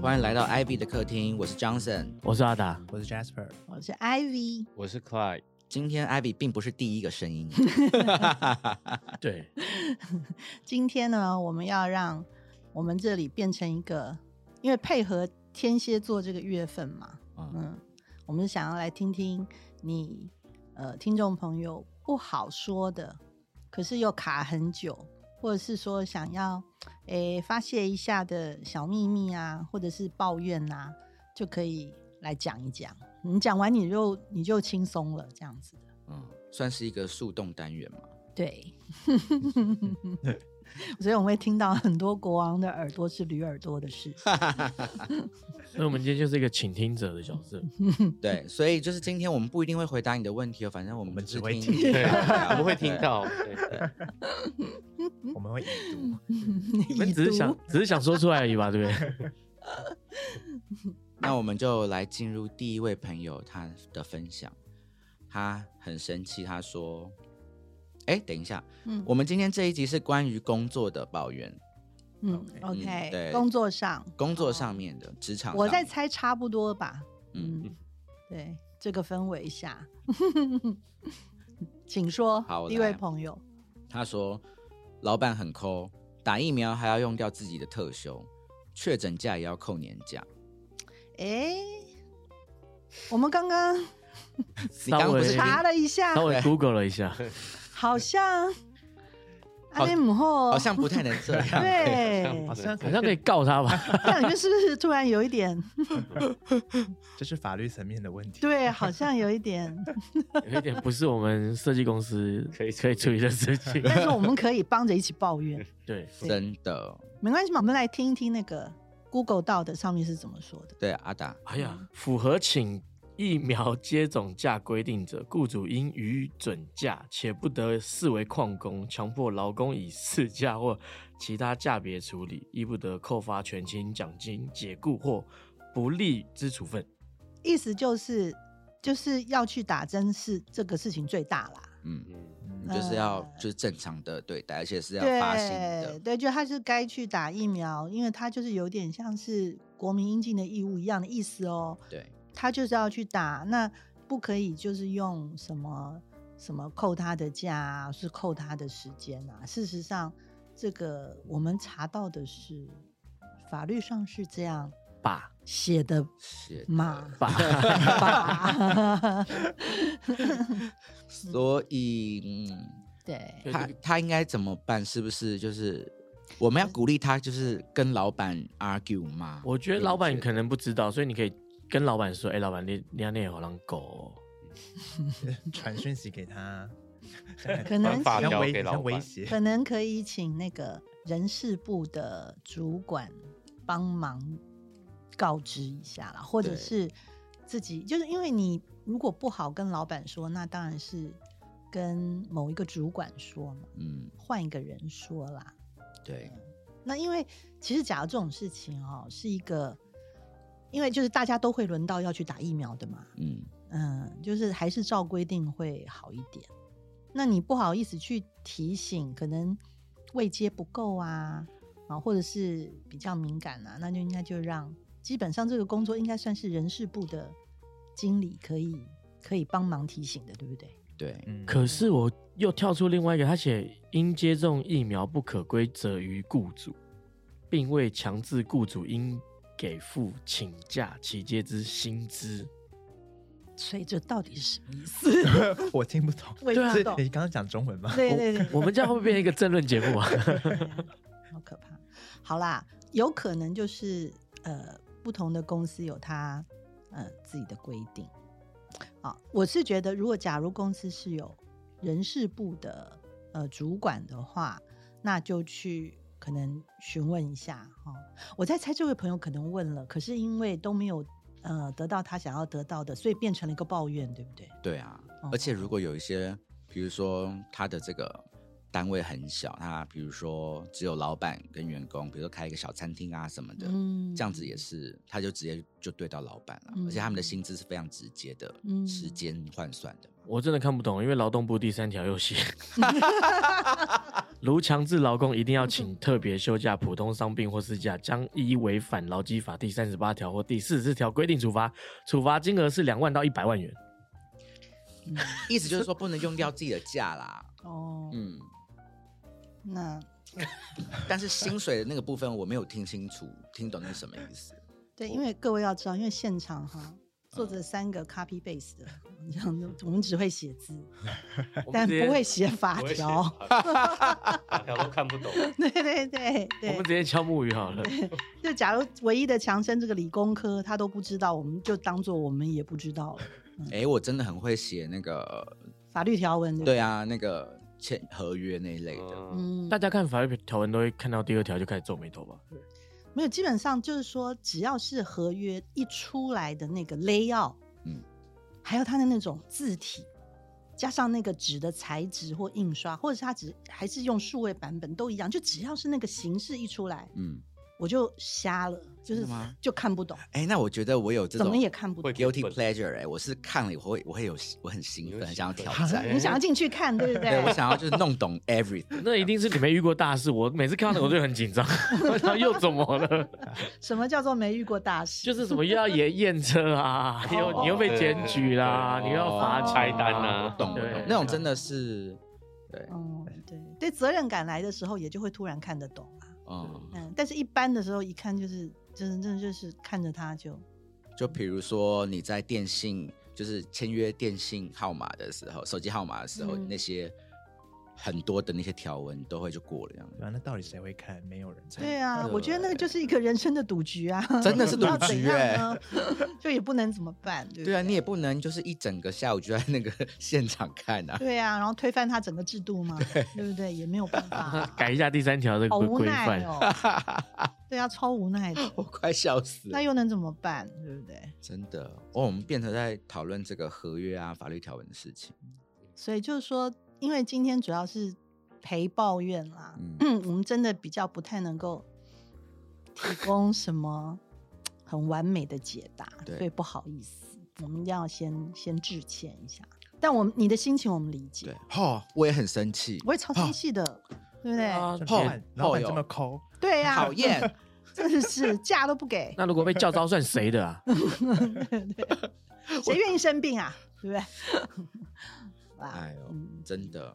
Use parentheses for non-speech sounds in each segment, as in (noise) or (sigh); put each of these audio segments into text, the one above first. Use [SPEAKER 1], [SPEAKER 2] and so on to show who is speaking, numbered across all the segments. [SPEAKER 1] 欢迎来到 Ivy 的客厅，我是 Johnson。
[SPEAKER 2] 我是阿达，
[SPEAKER 3] 我是 Jasper，
[SPEAKER 4] 我是 Ivy， (laughs)
[SPEAKER 5] 我是 Clyde，
[SPEAKER 1] 今天 Ivy 并不是第一个声
[SPEAKER 5] (laughs)
[SPEAKER 1] 音，
[SPEAKER 2] 对，
[SPEAKER 4] 今天呢，我们要让我们这里变成一个，因为配合天蝎座这个月份嘛，
[SPEAKER 1] 嗯，
[SPEAKER 4] 嗯，我们想要来听听你呃听众朋友不好说的，可是又卡很久，或者是说想要诶、发泄一下的小秘密啊，或者是抱怨啊，就可以来讲一讲。你讲完你就你就轻松了，这样子的。
[SPEAKER 1] 嗯，算是一个树洞单
[SPEAKER 5] (laughs)
[SPEAKER 1] 元嘛。 (laughs)
[SPEAKER 4] 对，所以我们会听到很多国王的耳朵是驴耳朵的
[SPEAKER 1] (laughs)
[SPEAKER 4] 事。
[SPEAKER 2] 所以我们今天就是一个倾听者的角
[SPEAKER 5] (laughs)
[SPEAKER 2] 色，
[SPEAKER 1] 对，所以就是今天我们不一定会回答你的问题哦，反正我们
[SPEAKER 3] 我们
[SPEAKER 1] 就是
[SPEAKER 3] 只会
[SPEAKER 1] 听，
[SPEAKER 3] 听
[SPEAKER 5] 对，啊我们会
[SPEAKER 1] 对
[SPEAKER 5] 听。到，对对
[SPEAKER 3] 我们会已
[SPEAKER 4] 嗯
[SPEAKER 3] 读。
[SPEAKER 2] 你们只是想只是想说出来而已吧，对不 (laughs) 对？
[SPEAKER 1] 那我们就来进入第一位朋友他的分享，他很生气，他说：“哎，等一下，
[SPEAKER 4] 嗯
[SPEAKER 1] 我们今天这一集是关于工作的抱怨，
[SPEAKER 4] 嗯
[SPEAKER 1] OK 嗯对
[SPEAKER 4] ，OK，工作上，
[SPEAKER 1] 工作上面的职场上面。”
[SPEAKER 4] 我在猜差不多吧。
[SPEAKER 1] 嗯，
[SPEAKER 4] 嗯，对，这个氛围
[SPEAKER 1] (laughs)
[SPEAKER 4] 下，请说。
[SPEAKER 1] 好我
[SPEAKER 4] 第一位
[SPEAKER 1] 来
[SPEAKER 4] 朋友，
[SPEAKER 1] 他说：“老板很抠，打疫苗还要用掉自己的特休，确诊假也要扣年假。
[SPEAKER 4] 哎，我们刚刚
[SPEAKER 1] 你刚刚不是
[SPEAKER 2] 稍微
[SPEAKER 4] 查了一下，
[SPEAKER 2] 稍微 Google 了一 (laughs) 下，
[SPEAKER 4] 好像
[SPEAKER 1] 好
[SPEAKER 4] 阿内姆后
[SPEAKER 1] 好像不太能这样。
[SPEAKER 4] 哦对，
[SPEAKER 3] 好像
[SPEAKER 2] 好像可以告他吧？
[SPEAKER 4] 这样你们是不是突然有一点？
[SPEAKER 3] 这是法律层面的问题。
[SPEAKER 4] 对，好像有一点，
[SPEAKER 2] 有一点不是我们设计公司
[SPEAKER 5] 可以
[SPEAKER 2] 可以处理的事
[SPEAKER 5] (laughs)
[SPEAKER 2] 情，
[SPEAKER 4] 但是我们可以帮着一起抱
[SPEAKER 1] (laughs)
[SPEAKER 4] 怨，
[SPEAKER 2] 对，
[SPEAKER 1] 真的，
[SPEAKER 4] 没关系嘛。我们来听一听那个 Google 到的上面是怎么说的。
[SPEAKER 1] 对阿达，
[SPEAKER 2] 哎呀，符合请疫苗接种假规定者，雇主应予准假，且不得视为旷工，强迫劳工以事假或其他假别处理，亦不得扣发全勤、奖金、解雇或不利之处分。
[SPEAKER 4] 意思就是，就是要去打针是这个事情最大啦。
[SPEAKER 1] 嗯，
[SPEAKER 5] 嗯，
[SPEAKER 3] 嗯
[SPEAKER 1] 你就是要就是正常的对待，而且是要发薪
[SPEAKER 4] 对
[SPEAKER 1] 的。
[SPEAKER 4] 对，就他是该去打疫苗，因为他就是有点像是国民应尽的义务一样的意思哦。
[SPEAKER 1] 对，
[SPEAKER 4] 他就是要去打，那不可以就是用什么什么扣他的假、啊，是扣他的时间啊。事实上，这个我们查到的是法律上是这样
[SPEAKER 2] 吧，
[SPEAKER 4] 写的
[SPEAKER 1] 是的
[SPEAKER 4] 嘛？
[SPEAKER 2] 吧
[SPEAKER 4] (laughs) 吧
[SPEAKER 1] 所以，嗯，
[SPEAKER 4] 对，
[SPEAKER 2] 对
[SPEAKER 1] 他
[SPEAKER 2] 对
[SPEAKER 1] 他应该怎么办？是不是就是我们要鼓励他，就是跟老板 argue 吗？
[SPEAKER 2] (laughs) 我觉得
[SPEAKER 1] 你
[SPEAKER 2] 老板
[SPEAKER 1] 觉
[SPEAKER 2] 可能不知道，所以你可以跟老板说：“哎、老板，你你那有狼狗、哦。
[SPEAKER 3] 传讯息给
[SPEAKER 4] (laughs)
[SPEAKER 3] 他，
[SPEAKER 4] 可能
[SPEAKER 5] 发
[SPEAKER 3] 好像
[SPEAKER 5] 飙
[SPEAKER 4] 请
[SPEAKER 3] 威
[SPEAKER 5] 给老
[SPEAKER 3] 像威
[SPEAKER 5] 板
[SPEAKER 3] 胁。
[SPEAKER 4] 可能可以请那个人事部的主管帮忙告知一下啦，或者
[SPEAKER 1] 对
[SPEAKER 4] 是自己，就是因为你如果不好跟老板说，那当然是跟某一个主管说嘛，
[SPEAKER 1] 嗯，
[SPEAKER 4] 换一个人说啦。
[SPEAKER 1] 对，
[SPEAKER 4] 那因为其实假如这种事情哦、是一个，因为就是大家都会轮到要去打疫苗的嘛，
[SPEAKER 1] 嗯，
[SPEAKER 4] 嗯，就是还是照规定会好一点。那你不好意思去提醒，可能位阶不够啊，啊，或者是比较敏感啊，那就应该就让基本上这个工作应该算是人事部的经理可以可以帮忙提醒的，对不对？
[SPEAKER 1] 对，
[SPEAKER 3] 嗯，
[SPEAKER 2] 可是我又跳出另外一个，他写因接种疫苗不可归责于雇主，并未强制雇主应给付请假期间之薪资。
[SPEAKER 4] 所以这到底是什么意思？
[SPEAKER 3] (laughs)
[SPEAKER 4] (laughs)
[SPEAKER 3] 我听不懂。
[SPEAKER 4] 我也不
[SPEAKER 3] 是
[SPEAKER 4] 懂
[SPEAKER 3] 你刚刚讲中文吗？
[SPEAKER 4] 对对对，
[SPEAKER 2] 我们这样会不会变成一个政论节目啊？
[SPEAKER 4] (laughs) 好可怕。好啦，有可能就是呃，不同的公司有它呃自己的规定。啊，我是觉得，如果假如公司是有人事部的呃主管的话，那就去可能询问一下哦。我在猜这位朋友可能问了，可是因为都没有呃得到他想要得到的，所以变成了一个抱怨，对不对？
[SPEAKER 1] 对啊，
[SPEAKER 4] 哦
[SPEAKER 1] 而且如果有一些，比如说他的这个单位很小，他比如说只有老板跟员工，比如说开一个小餐厅啊什么的，
[SPEAKER 4] 嗯
[SPEAKER 1] 这样子也是，他就直接就对到老板了，
[SPEAKER 4] 嗯
[SPEAKER 1] 而且他们的薪资是非常直接的，
[SPEAKER 4] 嗯
[SPEAKER 1] 时间换算的嘛。
[SPEAKER 2] 我真的看不懂，因为劳动部第三条又
[SPEAKER 4] (laughs)
[SPEAKER 2] 写，如强制劳工一定要请特别休假、普通伤病或事假，将依违反劳基法第三十八条或第四十四条规定处罚，处罚金额是两万到一百万元。
[SPEAKER 1] 意思就是说不能用掉自己的假
[SPEAKER 4] (laughs)
[SPEAKER 1] 啦。
[SPEAKER 4] 哦，
[SPEAKER 1] 嗯，
[SPEAKER 4] 那
[SPEAKER 1] 但是薪水的那个部分我没有听清楚，听懂那是什么意思？
[SPEAKER 4] 对，因为各位要知道，因为现场
[SPEAKER 2] 嗯
[SPEAKER 4] 哈坐着三个 copy base 的，这样子我们只会写字，但不会写法
[SPEAKER 5] 我也写
[SPEAKER 4] 条。
[SPEAKER 5] 法条都看不懂，
[SPEAKER 4] (laughs) 对对对
[SPEAKER 2] 我们
[SPEAKER 4] 对，
[SPEAKER 2] 直接敲木鱼好了。
[SPEAKER 4] 就假如唯一的强生这个理工科他都不知道，我们就当做我们也不知道了
[SPEAKER 1] 哎，我真的很会写那个，
[SPEAKER 4] 法律条文。不
[SPEAKER 1] 对，啊，那个签合约那一类的。
[SPEAKER 5] 嗯，
[SPEAKER 4] 嗯
[SPEAKER 2] 大，家看法律条文都会看到第二条就开始皱眉头吧？
[SPEAKER 4] 没有，基本上就是说，只要是合约一出来的那个 layout，
[SPEAKER 1] 嗯
[SPEAKER 4] 还有它的那种字体，加上那个纸的材质或印刷，或者是它只还是用数位版本都一样，就只要是那个形式一出来，
[SPEAKER 1] 嗯，
[SPEAKER 4] 我就瞎了，就是
[SPEAKER 1] 真的吗
[SPEAKER 4] 就看不懂，
[SPEAKER 1] 哎，那我觉得我有这
[SPEAKER 4] 怎
[SPEAKER 1] 种
[SPEAKER 4] 么也看不懂
[SPEAKER 5] 会。
[SPEAKER 1] guilty pleasure 哎、我是看了以后会我会有我很兴
[SPEAKER 5] 你会
[SPEAKER 1] 奋，很想要
[SPEAKER 5] 兴
[SPEAKER 1] 挑
[SPEAKER 5] 奋
[SPEAKER 1] 战。
[SPEAKER 4] (laughs) 你想要进去看，对不
[SPEAKER 1] (laughs)
[SPEAKER 4] 对？
[SPEAKER 1] 对，我想要就是弄懂 everything。
[SPEAKER 2] (laughs) 那一定是你没遇过大事。我每次看到那个我就很紧张， (laughs) 我想又怎么了？
[SPEAKER 4] 什么叫做没遇过大事？
[SPEAKER 2] 就是什么又要验验车啊，又你又被检举啦，
[SPEAKER 5] 对
[SPEAKER 2] 你又要罚钱啊
[SPEAKER 5] 拆单啊
[SPEAKER 1] 懂
[SPEAKER 2] 对，
[SPEAKER 1] 那种真的是，对，
[SPEAKER 4] 嗯，对对，责任感来的时候，也就会突然看得懂啊。
[SPEAKER 1] 嗯，
[SPEAKER 4] 嗯，但是一般的时候，一看就是，真的真的就是看着他就，
[SPEAKER 1] 就比如说你在电信就是签约电信号码的时候，手机号码的时候，
[SPEAKER 4] 嗯
[SPEAKER 1] 那些很多的那些条文都会就过了，这样
[SPEAKER 3] 对啊，那到底谁会看？没有人猜。
[SPEAKER 4] 对啊，我觉得那个就是一个人生的赌局啊，
[SPEAKER 1] 真的是
[SPEAKER 4] 你要
[SPEAKER 1] 赌
[SPEAKER 4] 怎
[SPEAKER 1] 局
[SPEAKER 4] 样
[SPEAKER 1] 欸
[SPEAKER 4] 呢 (laughs) 就也不能怎么办，对不
[SPEAKER 1] (laughs) 对啊，
[SPEAKER 4] 对
[SPEAKER 1] 你也不能就是一整个下午就在那个 (laughs) 现场看啊。
[SPEAKER 4] 对啊，然后推翻他整个制度嘛，对不对？也没有办法啊
[SPEAKER 2] (laughs) 改一下第三条这
[SPEAKER 4] 好
[SPEAKER 2] 个
[SPEAKER 4] 无
[SPEAKER 2] 规
[SPEAKER 4] 奈
[SPEAKER 2] 范。
[SPEAKER 4] 哦，对啊，超无奈的，
[SPEAKER 1] 我快笑死
[SPEAKER 4] 那
[SPEAKER 1] 了，
[SPEAKER 4] 又能怎么办，对不对？
[SPEAKER 1] 真的哦！我们变成在讨论这个合约啊、法律条文的事情。
[SPEAKER 4] 所以就是说，因为今天主要是陪抱怨啦，
[SPEAKER 1] 嗯
[SPEAKER 4] 我们真的比较不太能够提供什么很完美的解答，
[SPEAKER 1] 对
[SPEAKER 4] 所以不好意思，我们要先先致歉一下。但我们你的心情我们理解
[SPEAKER 1] 对，，哦，我也很生气，
[SPEAKER 4] 我也超生气的，对不对？
[SPEAKER 2] 啊
[SPEAKER 3] 就老
[SPEAKER 1] 后
[SPEAKER 3] 板老板
[SPEAKER 1] 后
[SPEAKER 3] 这
[SPEAKER 1] 有
[SPEAKER 3] 么抠，
[SPEAKER 4] 对呀、
[SPEAKER 1] 讨
[SPEAKER 4] (laughs)
[SPEAKER 1] 厌。
[SPEAKER 4] 真的
[SPEAKER 1] (laughs)
[SPEAKER 4] 是假都不给，
[SPEAKER 2] 那如果被叫招算谁的
[SPEAKER 4] (laughs)
[SPEAKER 2] 啊？
[SPEAKER 4] 谁愿意生病啊？对不对？哇
[SPEAKER 1] 哎呦
[SPEAKER 4] 嗯，
[SPEAKER 1] 真的，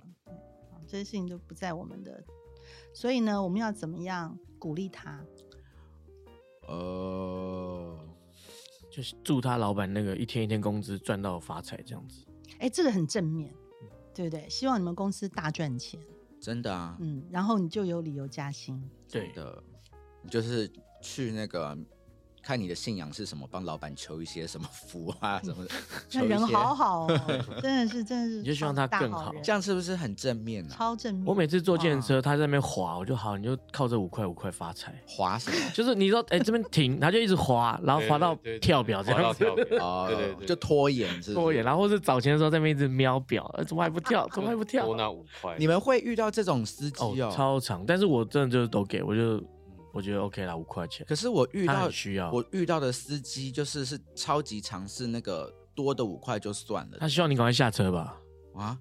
[SPEAKER 4] 好这些事情都不在我们的，所以呢，我们要怎么样鼓励他？
[SPEAKER 1] 哦，
[SPEAKER 2] 就是祝他老板那个一天一天工资赚到发财这样子。
[SPEAKER 4] 哎，这个很正面，
[SPEAKER 1] 嗯
[SPEAKER 4] 对不对？希望你们公司大赚钱，
[SPEAKER 1] 真的啊，
[SPEAKER 4] 嗯，然后你就有理由加薪，
[SPEAKER 2] 对，
[SPEAKER 1] 的，就是去那个看你的信仰是什么，帮老板求一些什么福
[SPEAKER 4] (laughs)
[SPEAKER 1] 啊什么的，
[SPEAKER 4] 那
[SPEAKER 1] 求一
[SPEAKER 4] 人
[SPEAKER 1] 些，
[SPEAKER 4] 好好
[SPEAKER 2] (laughs)
[SPEAKER 4] 哦，真的是，真的是，
[SPEAKER 2] 你就希望他更好
[SPEAKER 1] 这样是不是很正面啊？
[SPEAKER 4] 超正面。
[SPEAKER 2] 我每次坐电车，他在那边滑，我就好，你就靠这五块五块发财。
[SPEAKER 1] 划什
[SPEAKER 2] (laughs)
[SPEAKER 1] 么？
[SPEAKER 2] 就是你说，哎、这边停，他就一直滑，然后滑到
[SPEAKER 5] 对对对对
[SPEAKER 2] 跳表这
[SPEAKER 5] 滑到
[SPEAKER 2] 样子，
[SPEAKER 5] 跳表，
[SPEAKER 1] 哦，
[SPEAKER 5] 对对对，
[SPEAKER 1] 就拖延是不是
[SPEAKER 2] 拖延，。然后或是早前的时候在那边一直瞄表，呃怎么还不跳，怎么还不跳
[SPEAKER 5] 多？那五块，
[SPEAKER 1] 你们会遇到这种司
[SPEAKER 2] 哦
[SPEAKER 1] 机，哦？
[SPEAKER 2] 超长，但是我真的就是都给，我就我觉得 OK 啦，五块钱。
[SPEAKER 1] 可是我遇
[SPEAKER 2] 他
[SPEAKER 1] 到
[SPEAKER 2] 很需要
[SPEAKER 1] 我遇到的司机就是是超级尝试那个多的五块就算
[SPEAKER 2] 他
[SPEAKER 1] 了
[SPEAKER 2] 希望你赶快下车吧，
[SPEAKER 1] 啊，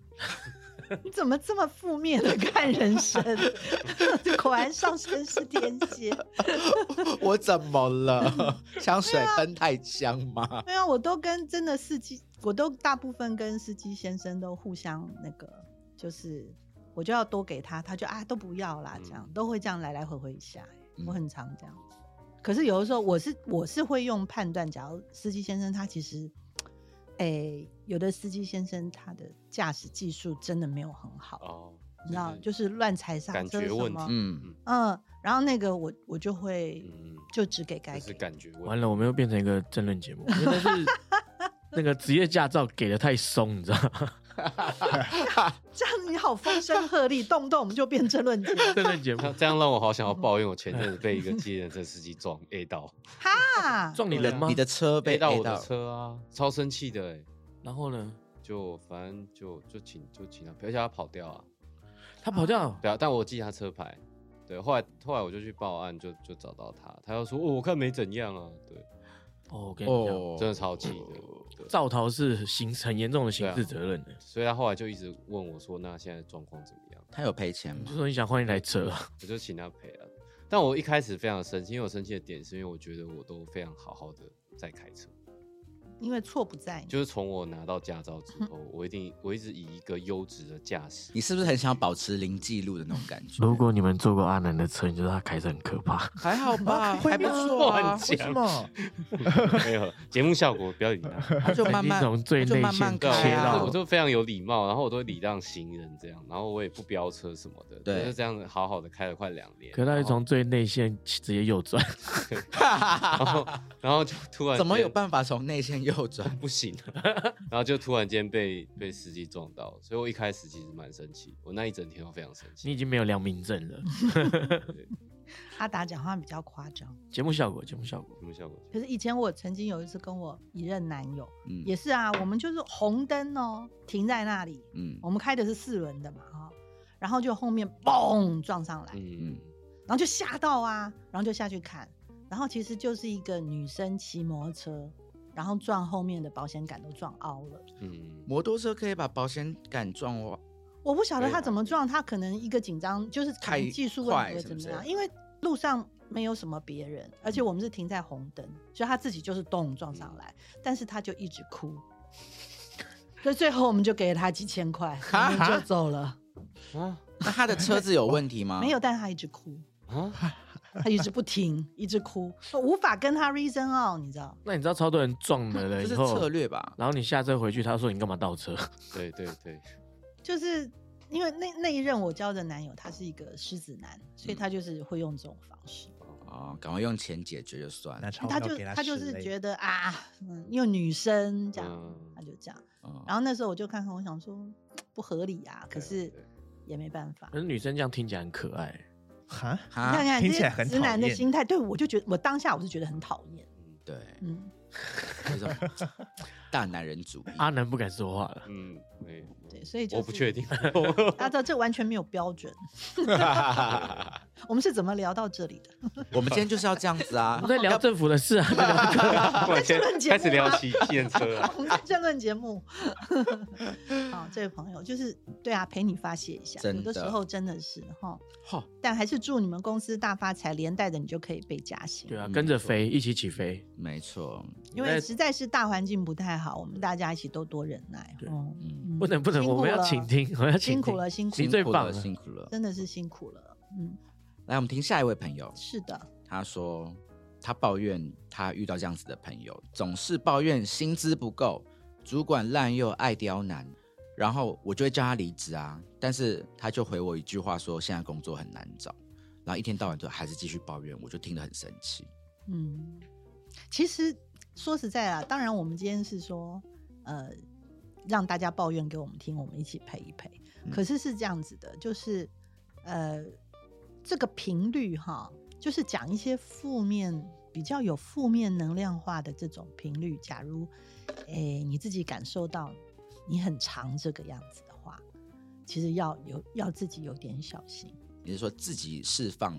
[SPEAKER 4] 你怎么这么负面的看人生？ (laughs) 果然上升是天蝎。
[SPEAKER 1] (laughs) 我怎么了？ (laughs) 香水喷太香吗？
[SPEAKER 4] 没有，啊我都跟真的司机，我都大部分跟司机先生都互相那个，就是我就要多给他，他就啊都不要啦，这样、
[SPEAKER 5] 嗯
[SPEAKER 4] 都会这样来来回回一下、我
[SPEAKER 1] 嗯
[SPEAKER 4] 很常这样。可是有的时候我是我是会用判断，假如司机先生他其实，诶、有的司机先生他的驾驶技术真的没有很好，
[SPEAKER 5] 哦，
[SPEAKER 4] 你知道，就是乱踩刹
[SPEAKER 5] 感
[SPEAKER 4] 车
[SPEAKER 5] 觉
[SPEAKER 4] 什
[SPEAKER 5] 问
[SPEAKER 4] 么
[SPEAKER 5] 题，
[SPEAKER 1] 嗯，
[SPEAKER 4] 嗯，然后那个我我就会、
[SPEAKER 5] 嗯，
[SPEAKER 4] 就只给该
[SPEAKER 5] 就是
[SPEAKER 4] 给，
[SPEAKER 5] 感觉问
[SPEAKER 2] 完
[SPEAKER 5] 题，
[SPEAKER 2] 了，我们又变成一个争论节目，因为那 (laughs) 是那个职业驾照给的太松，你知道 (laughs) 吗？
[SPEAKER 4] 这样你好风声鹤唳，动不动我们就变争论节目。
[SPEAKER 2] 争论节目
[SPEAKER 5] 这样这样让我好想要抱怨，我前阵子被一个计程车司机撞 A 到 (laughs)
[SPEAKER 4] 哈，
[SPEAKER 2] (laughs) 撞你
[SPEAKER 1] 你的
[SPEAKER 2] 人
[SPEAKER 5] 啊
[SPEAKER 2] 吗？
[SPEAKER 1] 啊你的车被
[SPEAKER 5] A 到
[SPEAKER 1] A
[SPEAKER 5] 我
[SPEAKER 1] 到
[SPEAKER 5] 的车啊，超生气的哎，
[SPEAKER 2] 然后呢？
[SPEAKER 5] 就反正就就请就请他，而且他跑掉啊，
[SPEAKER 2] 他跑掉，
[SPEAKER 5] 对啊，但我记他车牌，对，后来后来我就去报案，就就找到他，他又说哦，我看没怎样啊，对，
[SPEAKER 2] 哦，我跟你讲，
[SPEAKER 1] 哦，
[SPEAKER 5] 真的超气的。对
[SPEAKER 2] 造逃是刑很严重的刑
[SPEAKER 5] 对啊
[SPEAKER 2] 事责任的。
[SPEAKER 5] 所以他后来就一直问我说：“那现在状况怎么样啊
[SPEAKER 1] 他有赔钱
[SPEAKER 2] 你
[SPEAKER 1] 吗
[SPEAKER 2] 就？说你想换一台车，？”
[SPEAKER 5] 我就请他赔了。但我一开始非常生气，因为我生气的点是因为我觉得我都非常好好的在开车，
[SPEAKER 4] 因为错不在你，
[SPEAKER 5] 就是从我拿到驾照之后，我一定我一直以一个优质的驾驶
[SPEAKER 1] 你是不是很想保持零记录的那种感觉？
[SPEAKER 2] (laughs) 如果你们坐过阿南的车，你觉得他开车很可怕。
[SPEAKER 1] 还好 (laughs) 吧，
[SPEAKER 3] 会
[SPEAKER 1] 还不
[SPEAKER 3] 吗
[SPEAKER 1] 错啊
[SPEAKER 5] 很，
[SPEAKER 3] 为什么？
[SPEAKER 5] 没有节目效果，不要理他。
[SPEAKER 1] (laughs) 他就慢慢
[SPEAKER 2] 从最
[SPEAKER 1] 他就
[SPEAKER 2] 内
[SPEAKER 1] 慢
[SPEAKER 2] 线
[SPEAKER 1] 慢
[SPEAKER 5] 对
[SPEAKER 1] 开
[SPEAKER 5] 啊，
[SPEAKER 1] 啊
[SPEAKER 2] 切
[SPEAKER 5] 我
[SPEAKER 2] 到
[SPEAKER 5] 就我就非常有礼貌，然后我都会礼让行人这样，然后我也不飙车什么的，
[SPEAKER 1] 对
[SPEAKER 5] 就是这样子好好的开了快两年。
[SPEAKER 2] (laughs) 可他
[SPEAKER 5] 然
[SPEAKER 2] 是
[SPEAKER 5] 后
[SPEAKER 2] 从最内线直接右转， (laughs)
[SPEAKER 5] 然后然后就突然
[SPEAKER 1] 怎么
[SPEAKER 5] 间
[SPEAKER 1] 有办法从内线右
[SPEAKER 5] (laughs)
[SPEAKER 1] 转？
[SPEAKER 5] 不行，然后就突然间被被司机撞到，所以我一开始其实蛮生气，我那一整天都非常生
[SPEAKER 2] 你已
[SPEAKER 5] 气。
[SPEAKER 2] 经没有良民证了。 (laughs)
[SPEAKER 4] 阿达讲话比较夸张。
[SPEAKER 2] 节目效果，节目效果，
[SPEAKER 5] 什么效果？
[SPEAKER 4] 可是以前我曾经有一次跟我一任男友
[SPEAKER 1] 嗯
[SPEAKER 4] 也是啊，我们就是红灯哦，停在那里，
[SPEAKER 1] 嗯
[SPEAKER 4] 我们开的是四轮的嘛哈、然后就后面嘣撞上来，
[SPEAKER 5] 嗯，
[SPEAKER 4] 然后就吓到啊，然后就下去看，然后其实就是一个女生骑摩托车，然后撞后面的保险杆都撞凹了。
[SPEAKER 5] 嗯，
[SPEAKER 1] 摩托车可以把保险杆撞歪，
[SPEAKER 4] 我不晓得
[SPEAKER 5] 可以
[SPEAKER 4] 他
[SPEAKER 5] 吧
[SPEAKER 4] 怎么撞，他可能一个紧张，就是可
[SPEAKER 1] 啊太
[SPEAKER 4] 能技术问
[SPEAKER 1] 快
[SPEAKER 4] 题或
[SPEAKER 1] 是
[SPEAKER 4] 怎
[SPEAKER 1] 不是
[SPEAKER 4] 么
[SPEAKER 1] 嗯
[SPEAKER 4] 样，因为路上没有什么别人，而且我们是停在红灯，所以他自己就是咚撞上来，但是他就一直哭，所以最后我们就给了他几千块，然后就走
[SPEAKER 1] (laughs)
[SPEAKER 4] 了，
[SPEAKER 5] 啊
[SPEAKER 1] 那他的车子有问题 (laughs) 吗？
[SPEAKER 4] 没有，，但他一直哭，
[SPEAKER 5] 啊，
[SPEAKER 4] 他一直不停，一
[SPEAKER 1] (laughs)
[SPEAKER 4] 直哭，我无法跟他 reason out，你知道。
[SPEAKER 2] 那你知道超多人撞了了
[SPEAKER 1] 这
[SPEAKER 2] 以
[SPEAKER 1] 是
[SPEAKER 2] (laughs)
[SPEAKER 1] 策
[SPEAKER 2] 后，
[SPEAKER 1] 略吧？
[SPEAKER 2] 然后你下车回去，他说你干嘛倒车？ (laughs)
[SPEAKER 5] 对对对，
[SPEAKER 4] 就是因为那那一任我交的男友他是一个狮子男，所以
[SPEAKER 1] 嗯
[SPEAKER 4] 他就是会用这种方式。
[SPEAKER 1] 哦，赶快用钱解决就算了
[SPEAKER 3] 拿。
[SPEAKER 5] 哦
[SPEAKER 3] 钞
[SPEAKER 4] 他
[SPEAKER 3] 票
[SPEAKER 4] 就
[SPEAKER 3] 给
[SPEAKER 4] 他
[SPEAKER 3] 他
[SPEAKER 4] 就是
[SPEAKER 3] 室内
[SPEAKER 4] 觉得啊，嗯，又女生这样，
[SPEAKER 5] 嗯哦
[SPEAKER 4] 他就这样。
[SPEAKER 1] 嗯
[SPEAKER 4] 然后那时候我就看看，我想说不合理啊，可
[SPEAKER 5] 对
[SPEAKER 4] 是
[SPEAKER 5] 对嗯
[SPEAKER 4] 也没办法。
[SPEAKER 2] 可是女生这样听起来很可爱。
[SPEAKER 3] 哈，
[SPEAKER 4] 你看
[SPEAKER 1] 哈，
[SPEAKER 5] 啊
[SPEAKER 4] 看
[SPEAKER 3] 听
[SPEAKER 4] 这
[SPEAKER 3] 起来
[SPEAKER 4] 些
[SPEAKER 3] 很
[SPEAKER 4] 直
[SPEAKER 3] 讨
[SPEAKER 4] 男的
[SPEAKER 3] 厌
[SPEAKER 4] 心态，对我就觉得我当下我是觉得很讨厌。
[SPEAKER 5] 嗯
[SPEAKER 1] 对，
[SPEAKER 4] 嗯，
[SPEAKER 1] 这种 (laughs) 大男人主义。
[SPEAKER 2] 阿南不敢说话了，
[SPEAKER 5] 嗯，没有，
[SPEAKER 4] 对，所以就是、
[SPEAKER 5] 我不确。定。
[SPEAKER 4] 大家知道这完全没有标
[SPEAKER 5] (laughs)
[SPEAKER 4] 准， (laughs) 我们是怎么聊到这
[SPEAKER 5] (laughs)
[SPEAKER 4] 里的？
[SPEAKER 1] 我们今天就是要这样子
[SPEAKER 2] 我
[SPEAKER 1] 啊 (laughs)
[SPEAKER 2] 们，在聊政府的事啊，在聊
[SPEAKER 5] 突然间
[SPEAKER 4] 论节
[SPEAKER 5] 开始
[SPEAKER 4] 目
[SPEAKER 5] 聊
[SPEAKER 4] 吗
[SPEAKER 5] 骑电车啊，
[SPEAKER 4] 我们在争论节目。 (laughs) 好，这位朋友就是对啊，陪你发泄一下，
[SPEAKER 1] 真
[SPEAKER 4] 有的时
[SPEAKER 1] 的
[SPEAKER 4] 候真的是哈，
[SPEAKER 1] 哈，
[SPEAKER 4] 但还是祝你们公司大发财，连带着你就可以被加薪。
[SPEAKER 2] 对啊，跟着飞，一起起飞。
[SPEAKER 1] 没错，
[SPEAKER 2] 那
[SPEAKER 4] 因为实在是大环境不太好，我们大家一起都多忍耐。
[SPEAKER 2] 对
[SPEAKER 4] 哦
[SPEAKER 1] 嗯，
[SPEAKER 2] 不能不能，
[SPEAKER 4] 辛苦
[SPEAKER 2] 我们要
[SPEAKER 4] 了
[SPEAKER 2] 倾听，我们要倾听。
[SPEAKER 4] 辛苦了，辛苦
[SPEAKER 2] 你
[SPEAKER 1] 辛
[SPEAKER 4] 了，
[SPEAKER 2] 最
[SPEAKER 1] 苦
[SPEAKER 2] 棒
[SPEAKER 1] 了，
[SPEAKER 2] 了
[SPEAKER 1] 辛苦了。
[SPEAKER 4] 真的是辛苦了。嗯，
[SPEAKER 1] 来，我们听下一位朋友，
[SPEAKER 4] 是的，
[SPEAKER 1] 他说他抱怨他遇到这样子的朋友，总是抱怨薪资不够，主管滥用爱刁难，然后我就会叫他离职啊，但是他就回我一句话说现在工作很难找，然后一天到晚都还是继续抱怨，我就听得很生气。
[SPEAKER 4] 嗯，其实说实在啦，当然我们今天是说，呃，让大家抱怨给我们听，我们一起陪一陪。
[SPEAKER 1] 嗯
[SPEAKER 4] 可是是这样子的，就是呃，这个频率哈，就是讲一些负面、比较有负面能量化的这种频率。假如诶、你自己感受到你很长这个样子的话，其实要有要自己有点小心。
[SPEAKER 1] 你是说自己释放？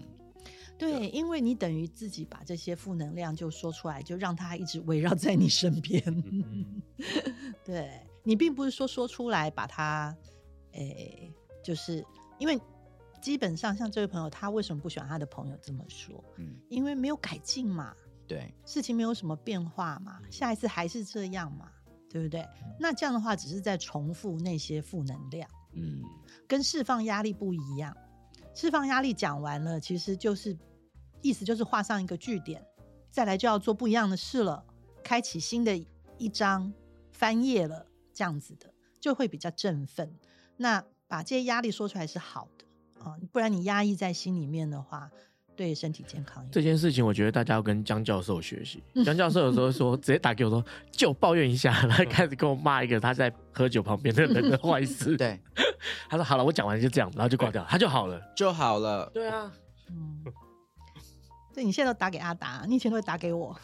[SPEAKER 4] 对，因为你等于自己把这些负能量就说出来，就让它一直围绕在你身边。
[SPEAKER 3] 嗯，
[SPEAKER 4] (laughs) 对你并不是说说出来把它，诶、就是因为基本上像这位朋友，他为什么不喜欢他的朋友这么说？
[SPEAKER 1] 嗯，
[SPEAKER 4] 因为没有改进嘛，
[SPEAKER 1] 对，
[SPEAKER 4] 事情没有什么变化嘛，下一次还是这样嘛，对不对？那这样的话，只是在重复那些负能量。
[SPEAKER 1] 嗯，
[SPEAKER 4] 跟释放压力不一样。释放压力讲完了，其实就是意思就是画上一个句点，再来就要做不一样的事了，开启新的一章，翻页了，这样子的就会比较振奋。那把这些压力说出来是好的啊，不然你压抑在心里面的话，对身体健康也
[SPEAKER 2] 这件事情，我觉得大家要跟江教授学习。江教授有时候说，直接打给我说，就抱怨一下，然后开始跟我骂一个他在喝酒旁边的人的坏事。，
[SPEAKER 1] (laughs) 对
[SPEAKER 2] 他说好了，我讲完就这样，然后就挂掉，他就好了。
[SPEAKER 1] 就好了。
[SPEAKER 2] 对啊，
[SPEAKER 4] 嗯。对，你现在都打给阿达，你以前都会打给我。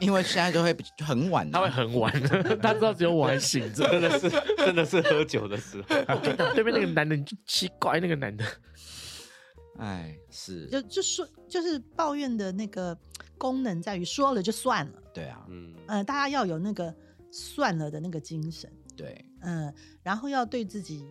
[SPEAKER 1] 因为现在就会比就很晚、啊，
[SPEAKER 2] 他会很晚，他知道只有我还醒着。
[SPEAKER 5] 真的是真的是喝酒的时候，
[SPEAKER 2] 对面那个男的你就奇怪，那个男的
[SPEAKER 1] 哎，是
[SPEAKER 4] 就就说就是抱怨的那个功能在于说了就算了，
[SPEAKER 1] 对啊，
[SPEAKER 5] 嗯，
[SPEAKER 4] 呃，大家要有那个算了的那个精神，
[SPEAKER 1] 对，
[SPEAKER 4] 嗯、然后要对自己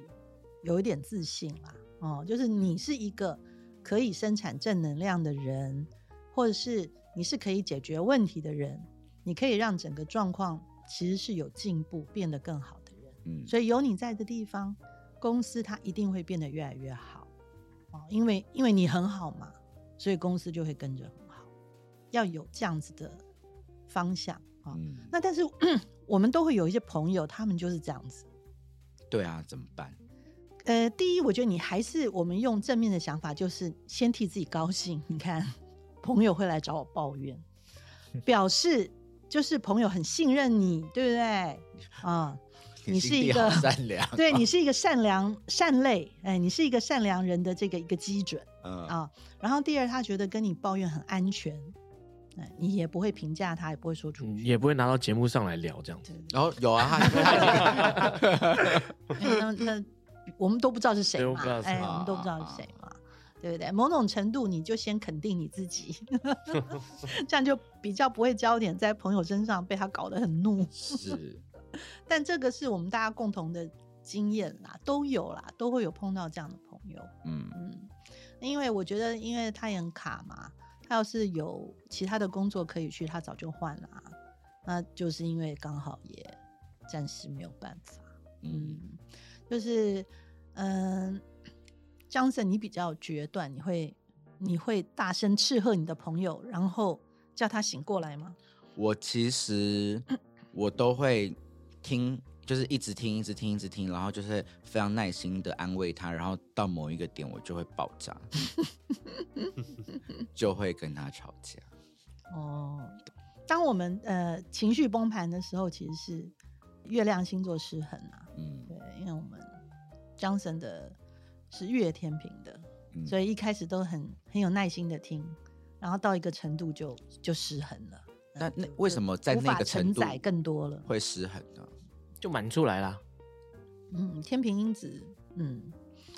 [SPEAKER 4] 有一点自信啦，哦，就是你是一个可以生产正能量的人，或者是你是可以解决问题的人，你可以让整个状况其实是有进步、变得更好的人。
[SPEAKER 1] 嗯，
[SPEAKER 4] 所以有你在的地方，公司它一定会变得越来越好哦，因为因为你很好嘛，所以公司就会跟着很好。要有这样子的方向啊、哦
[SPEAKER 1] 嗯，
[SPEAKER 4] 那
[SPEAKER 2] (clears throat)
[SPEAKER 4] 但是我们都会有一些朋友，他们就是这样子。
[SPEAKER 1] 对啊，怎么办？
[SPEAKER 4] 呃，第一，我觉得你还是我们用正面的想法，就是先替自己高兴。你看，朋友会来找我抱
[SPEAKER 2] (laughs)
[SPEAKER 4] 怨，表示就是朋友很信任你，对不对？
[SPEAKER 2] (laughs)
[SPEAKER 4] 啊、你是
[SPEAKER 1] 心地
[SPEAKER 4] 一个
[SPEAKER 1] 好善良，
[SPEAKER 4] 对你是一个善良善类，哎，你是一个善良人的这个一个基准
[SPEAKER 1] 嗯，
[SPEAKER 4] 啊。然后第二，他觉得跟你抱怨很安全，哎，你也不会评价他，也不会说出
[SPEAKER 2] 嗯
[SPEAKER 4] 去。
[SPEAKER 2] 也不会拿到节目上来聊这样子。
[SPEAKER 1] 然后有啊，他他已经
[SPEAKER 4] 哎那那我们都不知道是谁
[SPEAKER 2] 对我
[SPEAKER 4] 嘛
[SPEAKER 2] 不知道，是
[SPEAKER 4] 哎，
[SPEAKER 1] 谁
[SPEAKER 4] 我们都不知道
[SPEAKER 1] 啊啊
[SPEAKER 4] 是谁嘛，对不对？某种程度，你就先肯定你自己，这样就比较不会焦点在朋友身上被他搞得很怒。 (laughs)
[SPEAKER 1] 是
[SPEAKER 4] 但这个是我们大家共同的经验啦，都有啦，都会有碰到这样的朋友。
[SPEAKER 1] 嗯
[SPEAKER 4] 嗯，因为我觉得，因为他也很卡嘛，他要是有其他的工作可以去，他早就换了、啊。那就是因为刚好也暂时没有办法。
[SPEAKER 1] 嗯
[SPEAKER 4] 嗯，就是嗯，Johnson，你比较决断，你会你会大声斥喝你的朋友，然后叫他醒过来吗？
[SPEAKER 1] 我其实我都会听，就是一直听，一直听，一直听，然后就是非常耐心的安慰他，然后到某一个点我就会爆
[SPEAKER 4] (laughs)
[SPEAKER 1] 炸，就会跟他吵架。
[SPEAKER 4] 哦，当我们呃情绪崩盘的时候，其实是月亮星座失衡啊。
[SPEAKER 1] 嗯
[SPEAKER 4] 对，因为我们 Johnson 的是月天平的，
[SPEAKER 1] 嗯，
[SPEAKER 4] 所以一开始都很很有耐心的听，然后到一个程度就就失衡了。
[SPEAKER 1] 那
[SPEAKER 4] 嗯
[SPEAKER 1] 那
[SPEAKER 4] 就
[SPEAKER 1] 为
[SPEAKER 4] 就
[SPEAKER 1] 什么在
[SPEAKER 4] 无
[SPEAKER 1] 那
[SPEAKER 4] 法
[SPEAKER 1] 个程
[SPEAKER 4] 承
[SPEAKER 1] 度
[SPEAKER 4] 载更多了？
[SPEAKER 1] 会失衡呢？
[SPEAKER 2] 就满出来啦。
[SPEAKER 4] 嗯，天平因子，嗯，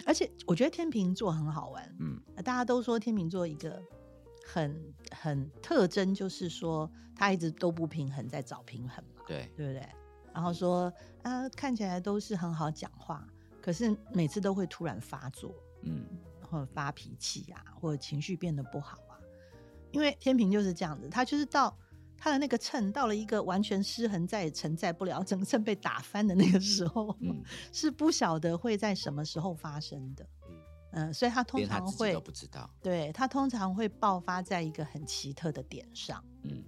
[SPEAKER 4] 而且我觉得天秤座很好玩，
[SPEAKER 1] 嗯
[SPEAKER 4] 呃大家都说天秤座一个很很特征就是说他一直都不平衡，在找平衡嘛，
[SPEAKER 1] 对，
[SPEAKER 4] 对不对？然后说啊，看起来都是很好讲话，可是每次都会突然发作，
[SPEAKER 1] 嗯
[SPEAKER 4] 或者发脾气啊，或者情绪变得不好啊。因为天平就是这样子，他就是到他的那个秤到了一个完全失衡，再也承载不了，整个秤被打翻的那个时候，
[SPEAKER 1] 嗯，
[SPEAKER 4] 是不晓得会在什么时候发生的。嗯
[SPEAKER 5] 嗯、
[SPEAKER 4] 所以他通
[SPEAKER 1] 连他
[SPEAKER 4] 常
[SPEAKER 1] 自己
[SPEAKER 4] 会
[SPEAKER 1] 都不知道。
[SPEAKER 4] 对他通常会爆发在一个很奇特的点上
[SPEAKER 1] 嗯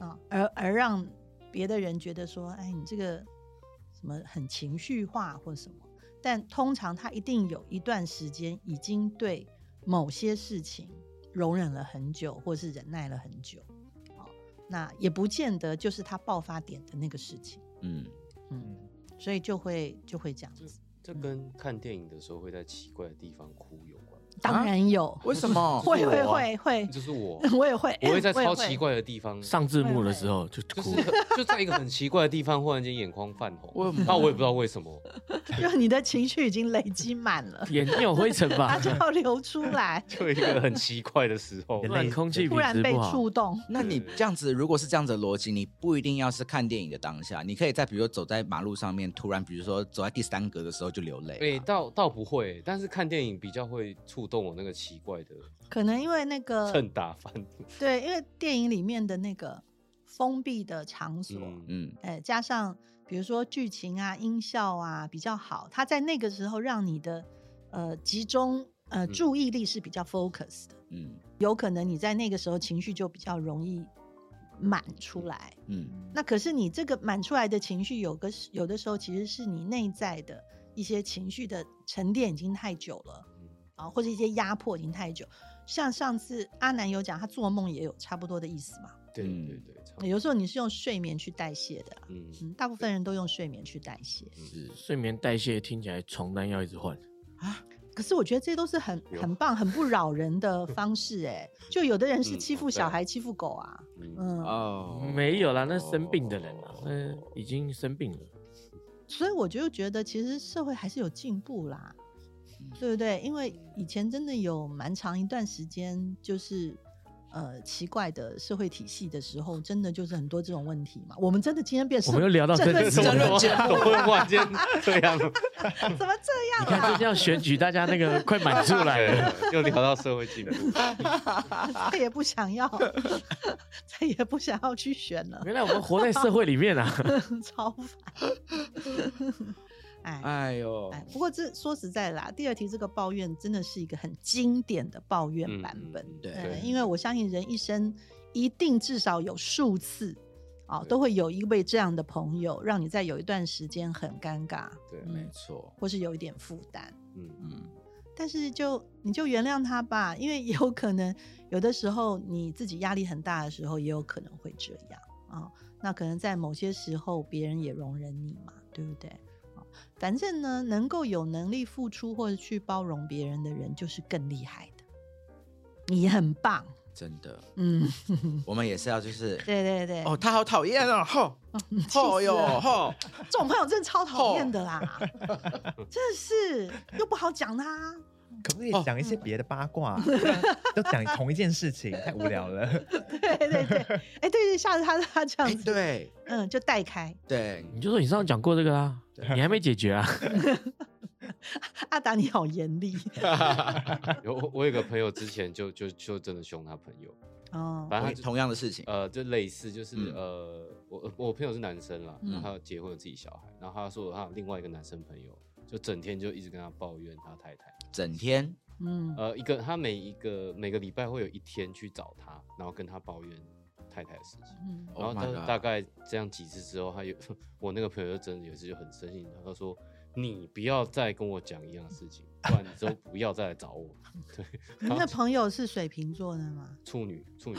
[SPEAKER 4] 啊，而而让别的人觉得说，哎，你这个什么很情绪化或什么，但通常他一定有一段时间已经对某些事情容忍了很久，或是忍耐了很久。哦那也不见得就是他爆发点的那个事情，
[SPEAKER 1] 嗯，
[SPEAKER 4] 嗯，所以就会就会这样子。
[SPEAKER 5] 这跟看电影的时候会在奇怪的地方哭有关。
[SPEAKER 4] 当然有，
[SPEAKER 1] 为什 (laughs) 么？
[SPEAKER 4] 会
[SPEAKER 5] 我
[SPEAKER 4] 会
[SPEAKER 5] 啊
[SPEAKER 4] 会会，
[SPEAKER 5] 就
[SPEAKER 4] (laughs)
[SPEAKER 5] 是我，
[SPEAKER 4] 我也会，
[SPEAKER 5] 我会在
[SPEAKER 4] 也
[SPEAKER 5] 超奇，怪的地方，
[SPEAKER 2] 上字幕的时候就
[SPEAKER 5] 就
[SPEAKER 2] 哭，
[SPEAKER 5] 是，就在一个很奇怪的地方，忽然间眼眶泛
[SPEAKER 1] 为
[SPEAKER 5] 红
[SPEAKER 1] 什么，
[SPEAKER 5] 那我也不知道为什么。
[SPEAKER 4] 因为你的情绪已经累积满了
[SPEAKER 5] (laughs)
[SPEAKER 2] 眼睛有灰尘吧
[SPEAKER 4] 它？就要流出来，
[SPEAKER 5] 就一个很奇怪的时候
[SPEAKER 2] 不然空气
[SPEAKER 4] 突
[SPEAKER 2] 品
[SPEAKER 4] 然
[SPEAKER 2] 质
[SPEAKER 4] 被
[SPEAKER 2] 不好。
[SPEAKER 4] 触动。
[SPEAKER 1] 那你这样子，如果是这样子的逻辑，你不一定要是看电影的当下，你可以在比如说走在马路上面，突然比如说走在第三格的时候就流
[SPEAKER 5] 诶、
[SPEAKER 1] 泪啊。
[SPEAKER 5] 倒倒不会，但是看电影比较会触动我那个奇怪的
[SPEAKER 4] 可能因为那个
[SPEAKER 5] 趁打翻。
[SPEAKER 4] 对，因为电影里面的那个封闭的场所，
[SPEAKER 5] 嗯，
[SPEAKER 1] 嗯
[SPEAKER 4] 哎，加上比如说剧情啊、音效啊比较好，它在那个时候让你的呃集中呃
[SPEAKER 5] 嗯
[SPEAKER 4] 注意力是比较 focus 的，
[SPEAKER 1] 嗯
[SPEAKER 4] 有可能你在那个时候情绪就比较容易满出来。
[SPEAKER 1] 嗯
[SPEAKER 4] 那可是你这个满出来的情绪，有个时有的时候其实是你内在的一些情绪的沉淀已经太久了
[SPEAKER 5] 嗯，
[SPEAKER 4] 啊，或者一些压迫已经太久。像上次阿南有讲，他做梦也有差不多的意思嘛。
[SPEAKER 5] 对
[SPEAKER 1] 嗯
[SPEAKER 5] 对对，差不多
[SPEAKER 4] 有时候你是用睡眠去代谢的啊、
[SPEAKER 5] 嗯，
[SPEAKER 4] 嗯，大部分人都用睡眠去代谢。
[SPEAKER 1] 是
[SPEAKER 2] 睡眠代谢听起来床单要一直换，
[SPEAKER 4] 可是我觉得这都是很
[SPEAKER 5] 有
[SPEAKER 4] 很棒、很不扰人的方式、哎，就有的人是
[SPEAKER 5] 嗯
[SPEAKER 4] 欺负
[SPEAKER 5] 对
[SPEAKER 4] 小
[SPEAKER 5] 啊
[SPEAKER 4] 孩、欺负狗啊，
[SPEAKER 5] 嗯，
[SPEAKER 4] 嗯，
[SPEAKER 1] 哦，
[SPEAKER 2] 没有啦，那生病的人啊，那已经生病了。
[SPEAKER 4] 所以我就觉得，其实社会还是有进步啦，
[SPEAKER 2] 嗯
[SPEAKER 4] 对不对？因为以前真的有蛮长一段时间，就是呃奇怪的社会体系的时候，真的就是很多这种问题嘛。我们真的今天变
[SPEAKER 2] 我
[SPEAKER 4] 成
[SPEAKER 2] 们又聊到
[SPEAKER 4] 政
[SPEAKER 2] 政
[SPEAKER 4] 论
[SPEAKER 2] 治
[SPEAKER 4] 节
[SPEAKER 2] 了
[SPEAKER 4] 目
[SPEAKER 5] 我
[SPEAKER 4] 了，
[SPEAKER 5] (laughs) 会忽然间这样，
[SPEAKER 4] 怎么这
[SPEAKER 2] 你
[SPEAKER 4] 样
[SPEAKER 2] 看
[SPEAKER 4] 啊
[SPEAKER 2] 最？近要选举，大家那个快满 (laughs) 出来了。
[SPEAKER 5] 对，又聊到社会进步，
[SPEAKER 2] 啊
[SPEAKER 4] 再也不想要，再也不想要去选了， (laughs)
[SPEAKER 2] 原来我们活在社会里面啊！
[SPEAKER 4] 超
[SPEAKER 2] (laughs)
[SPEAKER 4] 烦。哎
[SPEAKER 1] 哎
[SPEAKER 5] 哦
[SPEAKER 1] 呦，
[SPEAKER 4] 哎，不过这说实在啦，第二题这个抱怨真的是一个很经典的抱怨
[SPEAKER 5] 嗯
[SPEAKER 4] 版本。
[SPEAKER 5] 嗯
[SPEAKER 1] 对
[SPEAKER 4] 对，因为我相信人一生一定至少有数次啊，都会有一位这样的朋友，让你在有一段时间很尴尬，
[SPEAKER 5] 对 (laughs)
[SPEAKER 4] 嗯
[SPEAKER 1] 没错，
[SPEAKER 4] 或是有一点负担。
[SPEAKER 5] 嗯，
[SPEAKER 1] 嗯，
[SPEAKER 4] 但是就你就原谅他吧，因为也有可能有的时候你自己压力很大的时候，也有可能会这样啊、那可能在某些时候，别人也容忍你嘛，对不对？啊反正呢，能够有能力付出或者去包容别人的人，就是更厉害的。你很棒，
[SPEAKER 1] 真的，
[SPEAKER 4] 嗯，
[SPEAKER 1] 我们也是要就是，
[SPEAKER 4] 对对对，
[SPEAKER 1] 哦，他好讨厌哦，吼，
[SPEAKER 4] 气死
[SPEAKER 1] 吼哟，
[SPEAKER 4] 了
[SPEAKER 1] 吼，
[SPEAKER 4] 这种朋友真的超讨厌的啦，
[SPEAKER 1] 哦
[SPEAKER 4] 真的是又不好讲他， (laughs)
[SPEAKER 3] 可不可以讲一
[SPEAKER 4] 嗯
[SPEAKER 3] 些别的八卦啊？都讲同一件事情，太无聊了。 (laughs)
[SPEAKER 4] 对对对，哎、对对，下次他他这
[SPEAKER 1] 哎
[SPEAKER 4] 样，子，
[SPEAKER 1] 对
[SPEAKER 4] 嗯，就带开。
[SPEAKER 1] 对，
[SPEAKER 2] 你就说你上次讲过这个啦，你还没解决啊？
[SPEAKER 4] 阿达，你好严厉
[SPEAKER 5] 有我我有个朋友之前就就就真的凶他朋友，
[SPEAKER 4] 哦，
[SPEAKER 5] 反正他就
[SPEAKER 1] 同样的事情，
[SPEAKER 5] 呃，就类似就是、
[SPEAKER 1] 嗯
[SPEAKER 5] 呃，我我朋友是男生啦，
[SPEAKER 4] 嗯
[SPEAKER 5] 然后他结婚有自己小孩，然后他说他有另外一个男生朋友，就整天就一直跟他抱怨他太太，
[SPEAKER 1] 整天
[SPEAKER 4] 嗯，
[SPEAKER 5] 呃，一个他每一个每个礼拜会有一天去找他，然后跟他抱怨太太的事情。
[SPEAKER 4] 嗯
[SPEAKER 5] 然后
[SPEAKER 1] Oh
[SPEAKER 5] 大
[SPEAKER 1] my
[SPEAKER 5] 大
[SPEAKER 1] god！
[SPEAKER 5] 概这样几次之后，他有 (laughs) 我那个朋友就真的有一次就很生气，他说：“你不要再跟我讲一样的事情，不然你之后不要再来找我。”对，
[SPEAKER 4] 您的朋友是水瓶座的吗？
[SPEAKER 5] 处女处女，